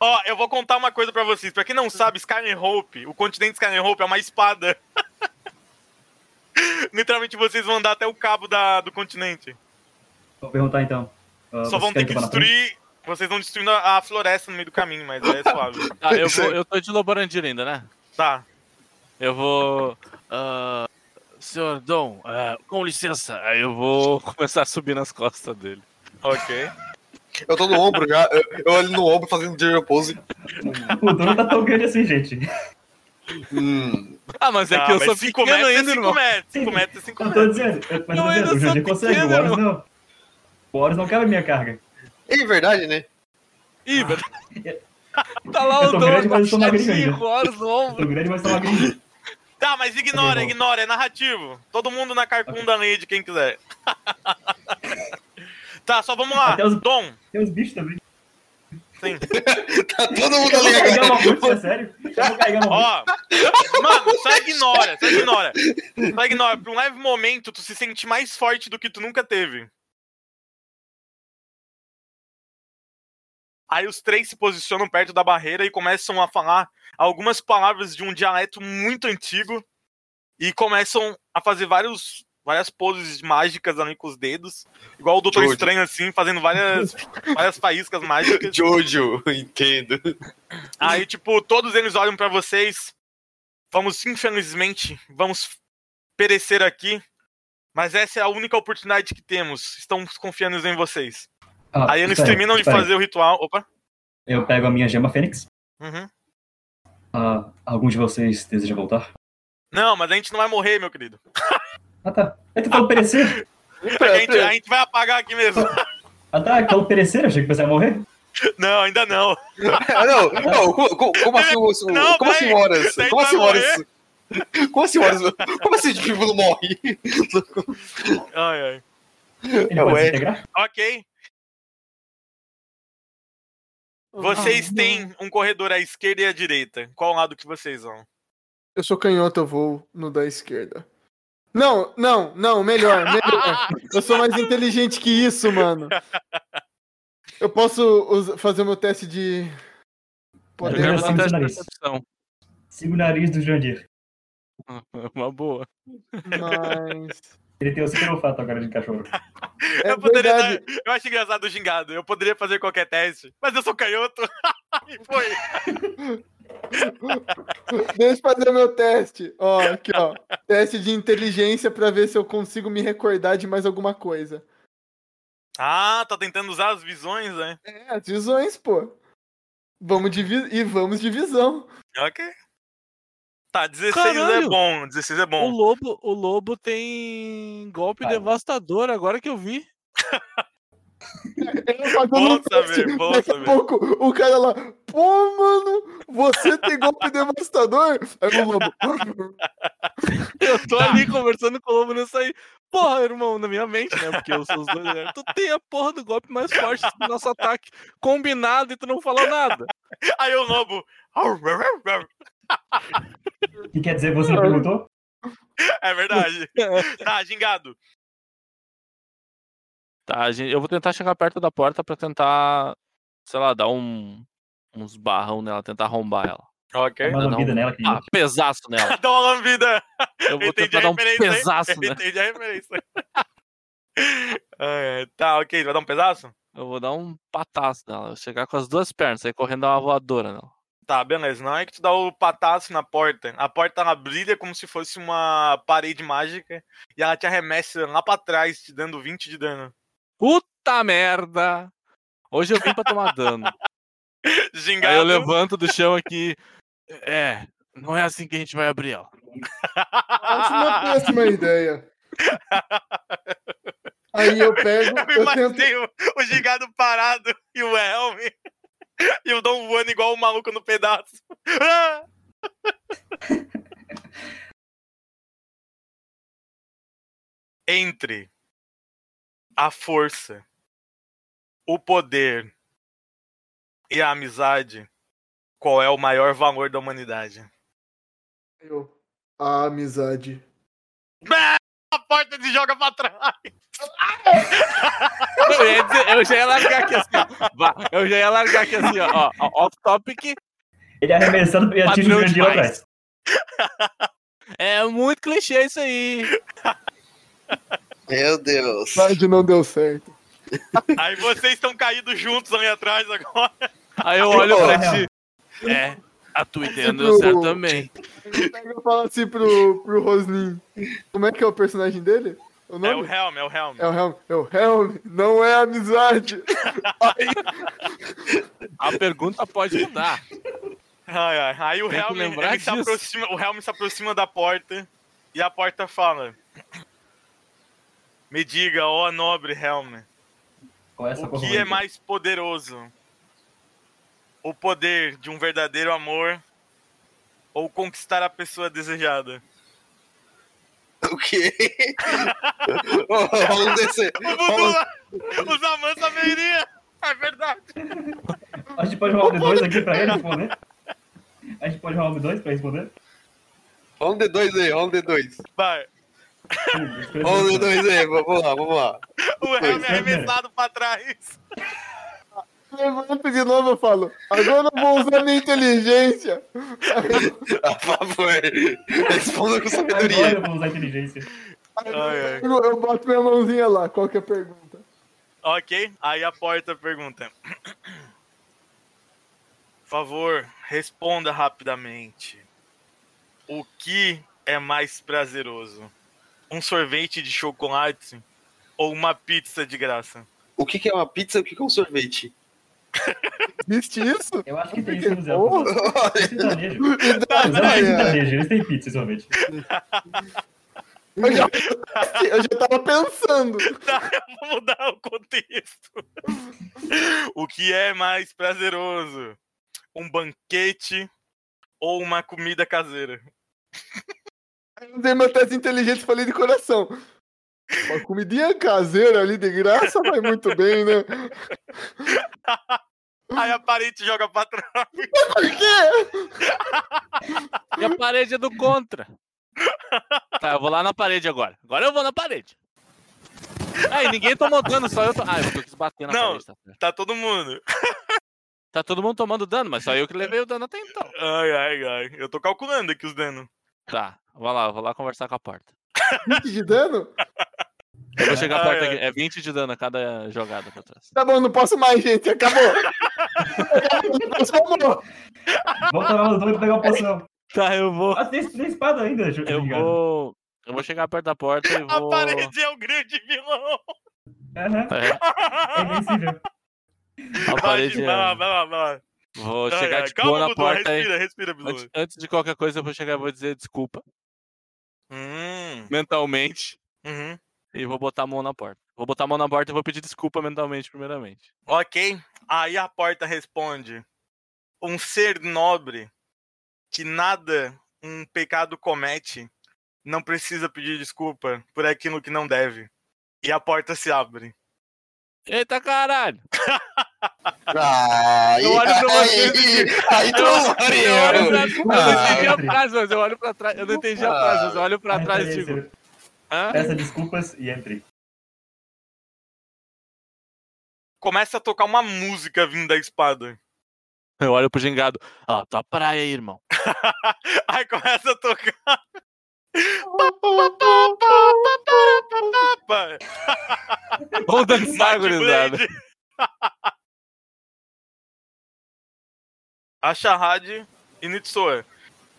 Ó, eu vou contar uma coisa pra vocês. Pra quem não sabe, Skyrim o continente Skyrim é uma espada. [LAUGHS] Literalmente vocês vão andar até o cabo da, do continente. Vou perguntar então. Ah, Só vocês vão ter querem que eu vá na frente? destruir. Vocês vão destruindo a, a floresta no meio do caminho, mas é [LAUGHS] suave. Tá, eu, vou, eu tô de Loborandira ainda, né? Tá. Eu vou. ah, senhor Dom, ah, com licença. Aí eu vou [LAUGHS] começar a subir nas costas dele. Ok. Eu tô no ombro já. Eu, eu olho no ombro fazendo Jerry Pose. O dono tá tão grande assim, gente. Hum. Ah, mas é Tá, que eu mas sou cinco pequeno metros é ainda, cinco irmão. metros, 5 metros, é [LAUGHS] 5 Eu tô metros. dizendo, eu, mas eu Não, tô ainda dizendo, o sou Jorge consegue, pequeno, o Horus não. O Horus não cabe a minha carga. É verdade, né? Ih, velho. [LAUGHS] Tá lá Eu o tô Dom, grande, mas eu sou tá magrinho ainda. cinco horas no Eu ombro. tô grande, mas tô magrinho. Tá, mas ignora, Tá bom. ignora, é narrativo. Todo mundo na carcunda okay. de quem quiser. [LAUGHS] tá, só vamos lá. Até os- Dom, Tem uns bichos também. sim. Tá todo mundo Eu vou ali carregar agora. uma multa, é sério? Eu vou carregar uma multa. Ó, mano, só ignora, só ignora. Só ignora. Por um leve momento, tu se sente mais forte do que tu nunca teve. Aí os três se posicionam perto da barreira e começam a falar algumas palavras de um dialeto muito antigo e começam a fazer vários, várias poses mágicas ali com os dedos, igual o Doutor Jojo. Estranho, assim, fazendo várias, várias faíscas mágicas. Jojo, entendo. Aí, tipo, todos eles olham pra vocês. Vamos, infelizmente, vamos perecer aqui. Mas essa é a única oportunidade que temos. Estamos confiando em vocês. Ah, Aí eles peraí, terminam de peraí. fazer o ritual. Opa. Eu pego a minha gema fênix. Uhum. Ah, alguns de vocês desejam voltar? Não, mas a gente não vai morrer, meu querido. Ah, tá. Eu tô falando perecer. A gente, a gente vai apagar aqui [LAUGHS] mesmo. Ah, tá. Eu falo perecer. Achei que você ia morrer. Não, ainda não. Ah, não, não, co- co- como, assim o- o- Não, como assim peraí. horas? Daí Como vai assim horas? morrer. Como assim horas? Como assim o Deep Blue morre? Ai, ai. Ele Ué. pode se integrar? Ok. Vocês têm um corredor à esquerda e à direita. Qual lado que vocês vão? Eu sou canhoto, eu vou no da esquerda. Não, não, não, melhor, melhor. Eu sou mais inteligente que isso, mano. Eu posso us- fazer o meu teste de. Eu Pode quero ver fazer um assim, teste de nariz. percepção. Siga o nariz do Jandir. É Uma boa. Mas. Ele tem o super olfato agora de cachorro. É eu poderia dar- verdade. Eu acho engraçado o gingado. Eu poderia fazer qualquer teste, mas eu sou canhoto. [LAUGHS] e foi. Deixa eu fazer o meu teste. Ó, aqui, ó. Teste de inteligência pra ver se eu consigo me recordar de mais alguma coisa. Ah, tá tentando usar as visões, né? É, as visões, pô. Vamos de vi- E vamos de visão. Ok. Tá, 16 é Caralho! bom. 16 é O bom. lobo, o lobo tem golpe Vai. devastador, agora que eu vi. Ele fazendo Bom um teste, saber, bom Daqui a saber. pouco o cara lá, pô, mano, você tem golpe devastador? Aí o lobo. Tá. Eu tô ali conversando com o Lobo não saí. Porra, irmão, na minha mente, né? Porque eu sou os dois. né? Tu tem a porra do golpe mais forte do nosso ataque combinado e tu não falou nada. Aí o lobo. "Au, rau, rau, rau." O que quer [LAUGHS] dizer, você não perguntou? É verdade. Tá, gingado. Tá, gente, eu vou tentar chegar perto da porta pra tentar, sei lá, dar um, uns barrão nela, tentar arrombar ela. Ok. Uma Não. lambida nela que Ah, pesaço nela. [LAUGHS] Dá uma lambida. Eu vou Entendi a tentar dar um referência, hein? [LAUGHS] pesaço nela. Entendi a referência. Ai, ai. tá, ok. Vai dar um pedaço? Eu vou dar um pataço nela. Eu vou chegar com as duas pernas, aí correndo dar uma voadora nela. Tá, beleza. Na hora que tu dá o patasso na porta, a porta ela brilha como se fosse uma parede mágica e ela te arremessa lá pra trás, te dando 20 de dano. [LAUGHS] Puta merda! Hoje eu vim pra tomar [LAUGHS] dano. Aí Gingado. eu levanto do chão aqui. É, não é assim que a gente vai abrir ela. Acho uma [LAUGHS] péssima ideia. Aí eu pego, Eu me eu tento. imaginei o, o gigado parado e o Helm. [LAUGHS] E eu dou um voando igual o maluco no pedaço. [LAUGHS] Ah! Entre a força, o poder e a amizade, qual é o maior valor da humanidade? eu, A amizade. Ah, A porta se joga pra trás. [LAUGHS] Eu, ia dizer- eu já ia largar aqui assim, ó. Vá, Eu já ia largar aqui assim, ó. ó, Off topic. Ele é arremessando e atinge o Padrão grandinho lá demais. atrás. É muito clichê isso aí. Meu Deus. Amizade não deu certo. Aí vocês estão caídos juntos ali atrás agora. Aí eu olho Pô, pra ti. É, a tua ideia não deu Tipo- certo também. Eu pego e falo assim pro, pro Roslin. Como é que é o personagem dele? O É o nome? Helm, é o Helm. É o Helm. É o Helm. Não é amizade. A pergunta pode mudar. Ai, ai. Aí o Tem que Helm, lembrar ele se disso. aproxima, o Helm se aproxima da porta e a porta fala: Me diga, ó nobre Helm, Qual é a sua o cor que é favorita? mais poderoso? O poder de um verdadeiro amor ou conquistar a pessoa desejada? O quê? Vamos descer. O Budu, o Zaman saberia! É verdade! A gente pode rolar um D2 aqui pra ele [LAUGHS] responder? A gente pode rolar um D2 pra responder? Vamos D2 aí, vamos D2. Vai. Vamos D2 aí, vamos lá, vamos lá. O Helm é arremessado pra trás. Levanto de novo eu falo. Agora eu vou usar minha inteligência. A Ah, favor. Responda com Agora sabedoria. eu vou usar inteligência. Ai, ai. Eu, eu boto minha mãozinha lá. Qual que é a pergunta? Ok, aí a porta pergunta. Por favor, responda rapidamente. O que é mais prazeroso? Um sorvete de chocolate ou uma pizza de graça? [LAUGHS] O que, que é uma pizza e o que, que é um sorvete? Existe isso? Eu acho que tem isso no Zelda. Porra. É sertanejo. Não, Mas é mais é. sertanejo, eles têm pizza somente. [LAUGHS] Eu já, eu já tava pensando. Tá, eu vou mudar o contexto. O que é mais prazeroso? Um banquete ou uma comida caseira? Eu dei meu teste de inteligência e falei de coração. Uma comidinha caseira ali de graça vai muito bem, né? Aí a parede joga pra trás. Por quê? E a parede é do contra. Tá, eu vou lá na parede agora. Agora eu vou na parede. Aí, ninguém tomou dano, só eu tô. Ah, eu quis bater na Não. parede. Tá, certo. Tá todo mundo. tá todo mundo tomando dano, mas só eu que levei o dano até então. Ai, ai, ai. Eu tô calculando aqui os danos. Tá, vai lá, eu vou lá conversar com a porta. 20 de dano? Eu vou chegar a Ah, porta é. aqui. É 20 de dano a cada jogada pra trás. Tá bom, não posso mais, gente. Acabou. Acabou. Vamos tomar os dois pra pegar uma poção. Tá, eu vou. Ah, tem, tem espada ainda, Ju- tá Eu Gingado. vou. Eu vou chegar perto da porta e A vou. parede é o grande vilão. Aham, É, é invencível. a parede. vai, é- lá, vai lá, vai lá. Vou Ai, chegar ai, de boa Tá, na Budu, porta aí. respira, respira, Bilu. Antes, antes de qualquer coisa, eu vou chegar e vou dizer desculpa Hum, mentalmente uhum. e vou botar a mão na porta. Vou botar a mão na porta e vou pedir desculpa mentalmente, primeiramente. Ok. Aí a porta responde: Um ser nobre que nada um pecado comete não precisa pedir desculpa por aquilo que não deve. E a porta se abre. [LAUGHS] Eita caralho! Ah, Eu olho pra vocês aí, aí, aí, Eu olho pra- eu não entendi a Ah. frase, mas eu olho pra trás. Eu não entendi a frase, mas eu olho pra trás e digo. Referência. Hã? Peça É desculpas e entre. Começa a tocar uma música vindo da espada. [LAUGHS] Eu olho pro gingado. Ó, tua praia aí, irmão. Aí começa a [LAUGHS] tocar. Tá Vamos dançar, Mind gurizada. Blade. [LAUGHS] A Shahad e Nitsua.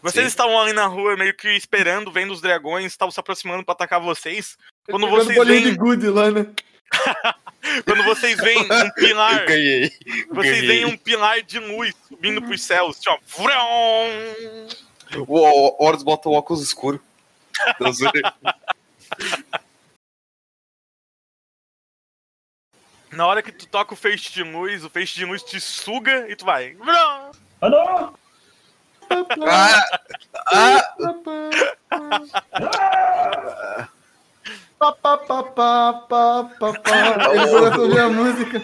Vocês Sim. estavam ali na rua, meio que esperando, vendo os dragões, estavam se aproximando pra atacar vocês. Quando Pegando vocês bolinho de veem, gude lá, né? quando vocês veem um pilar, Eu ganhei. vocês ganhei. veem um pilar de luz subindo pros céus, tipo, ó, vrum! O Horus bota o óculos escuro. [LAUGHS] Não, zoeira. Na hora que tu toca o feixe de luz, o feixe de luz te suga e tu vai. vrum! Ah, não! ah, ah, Pá, pá, pá, pá, pá, pá, pá. Ele começou a ouvir a música.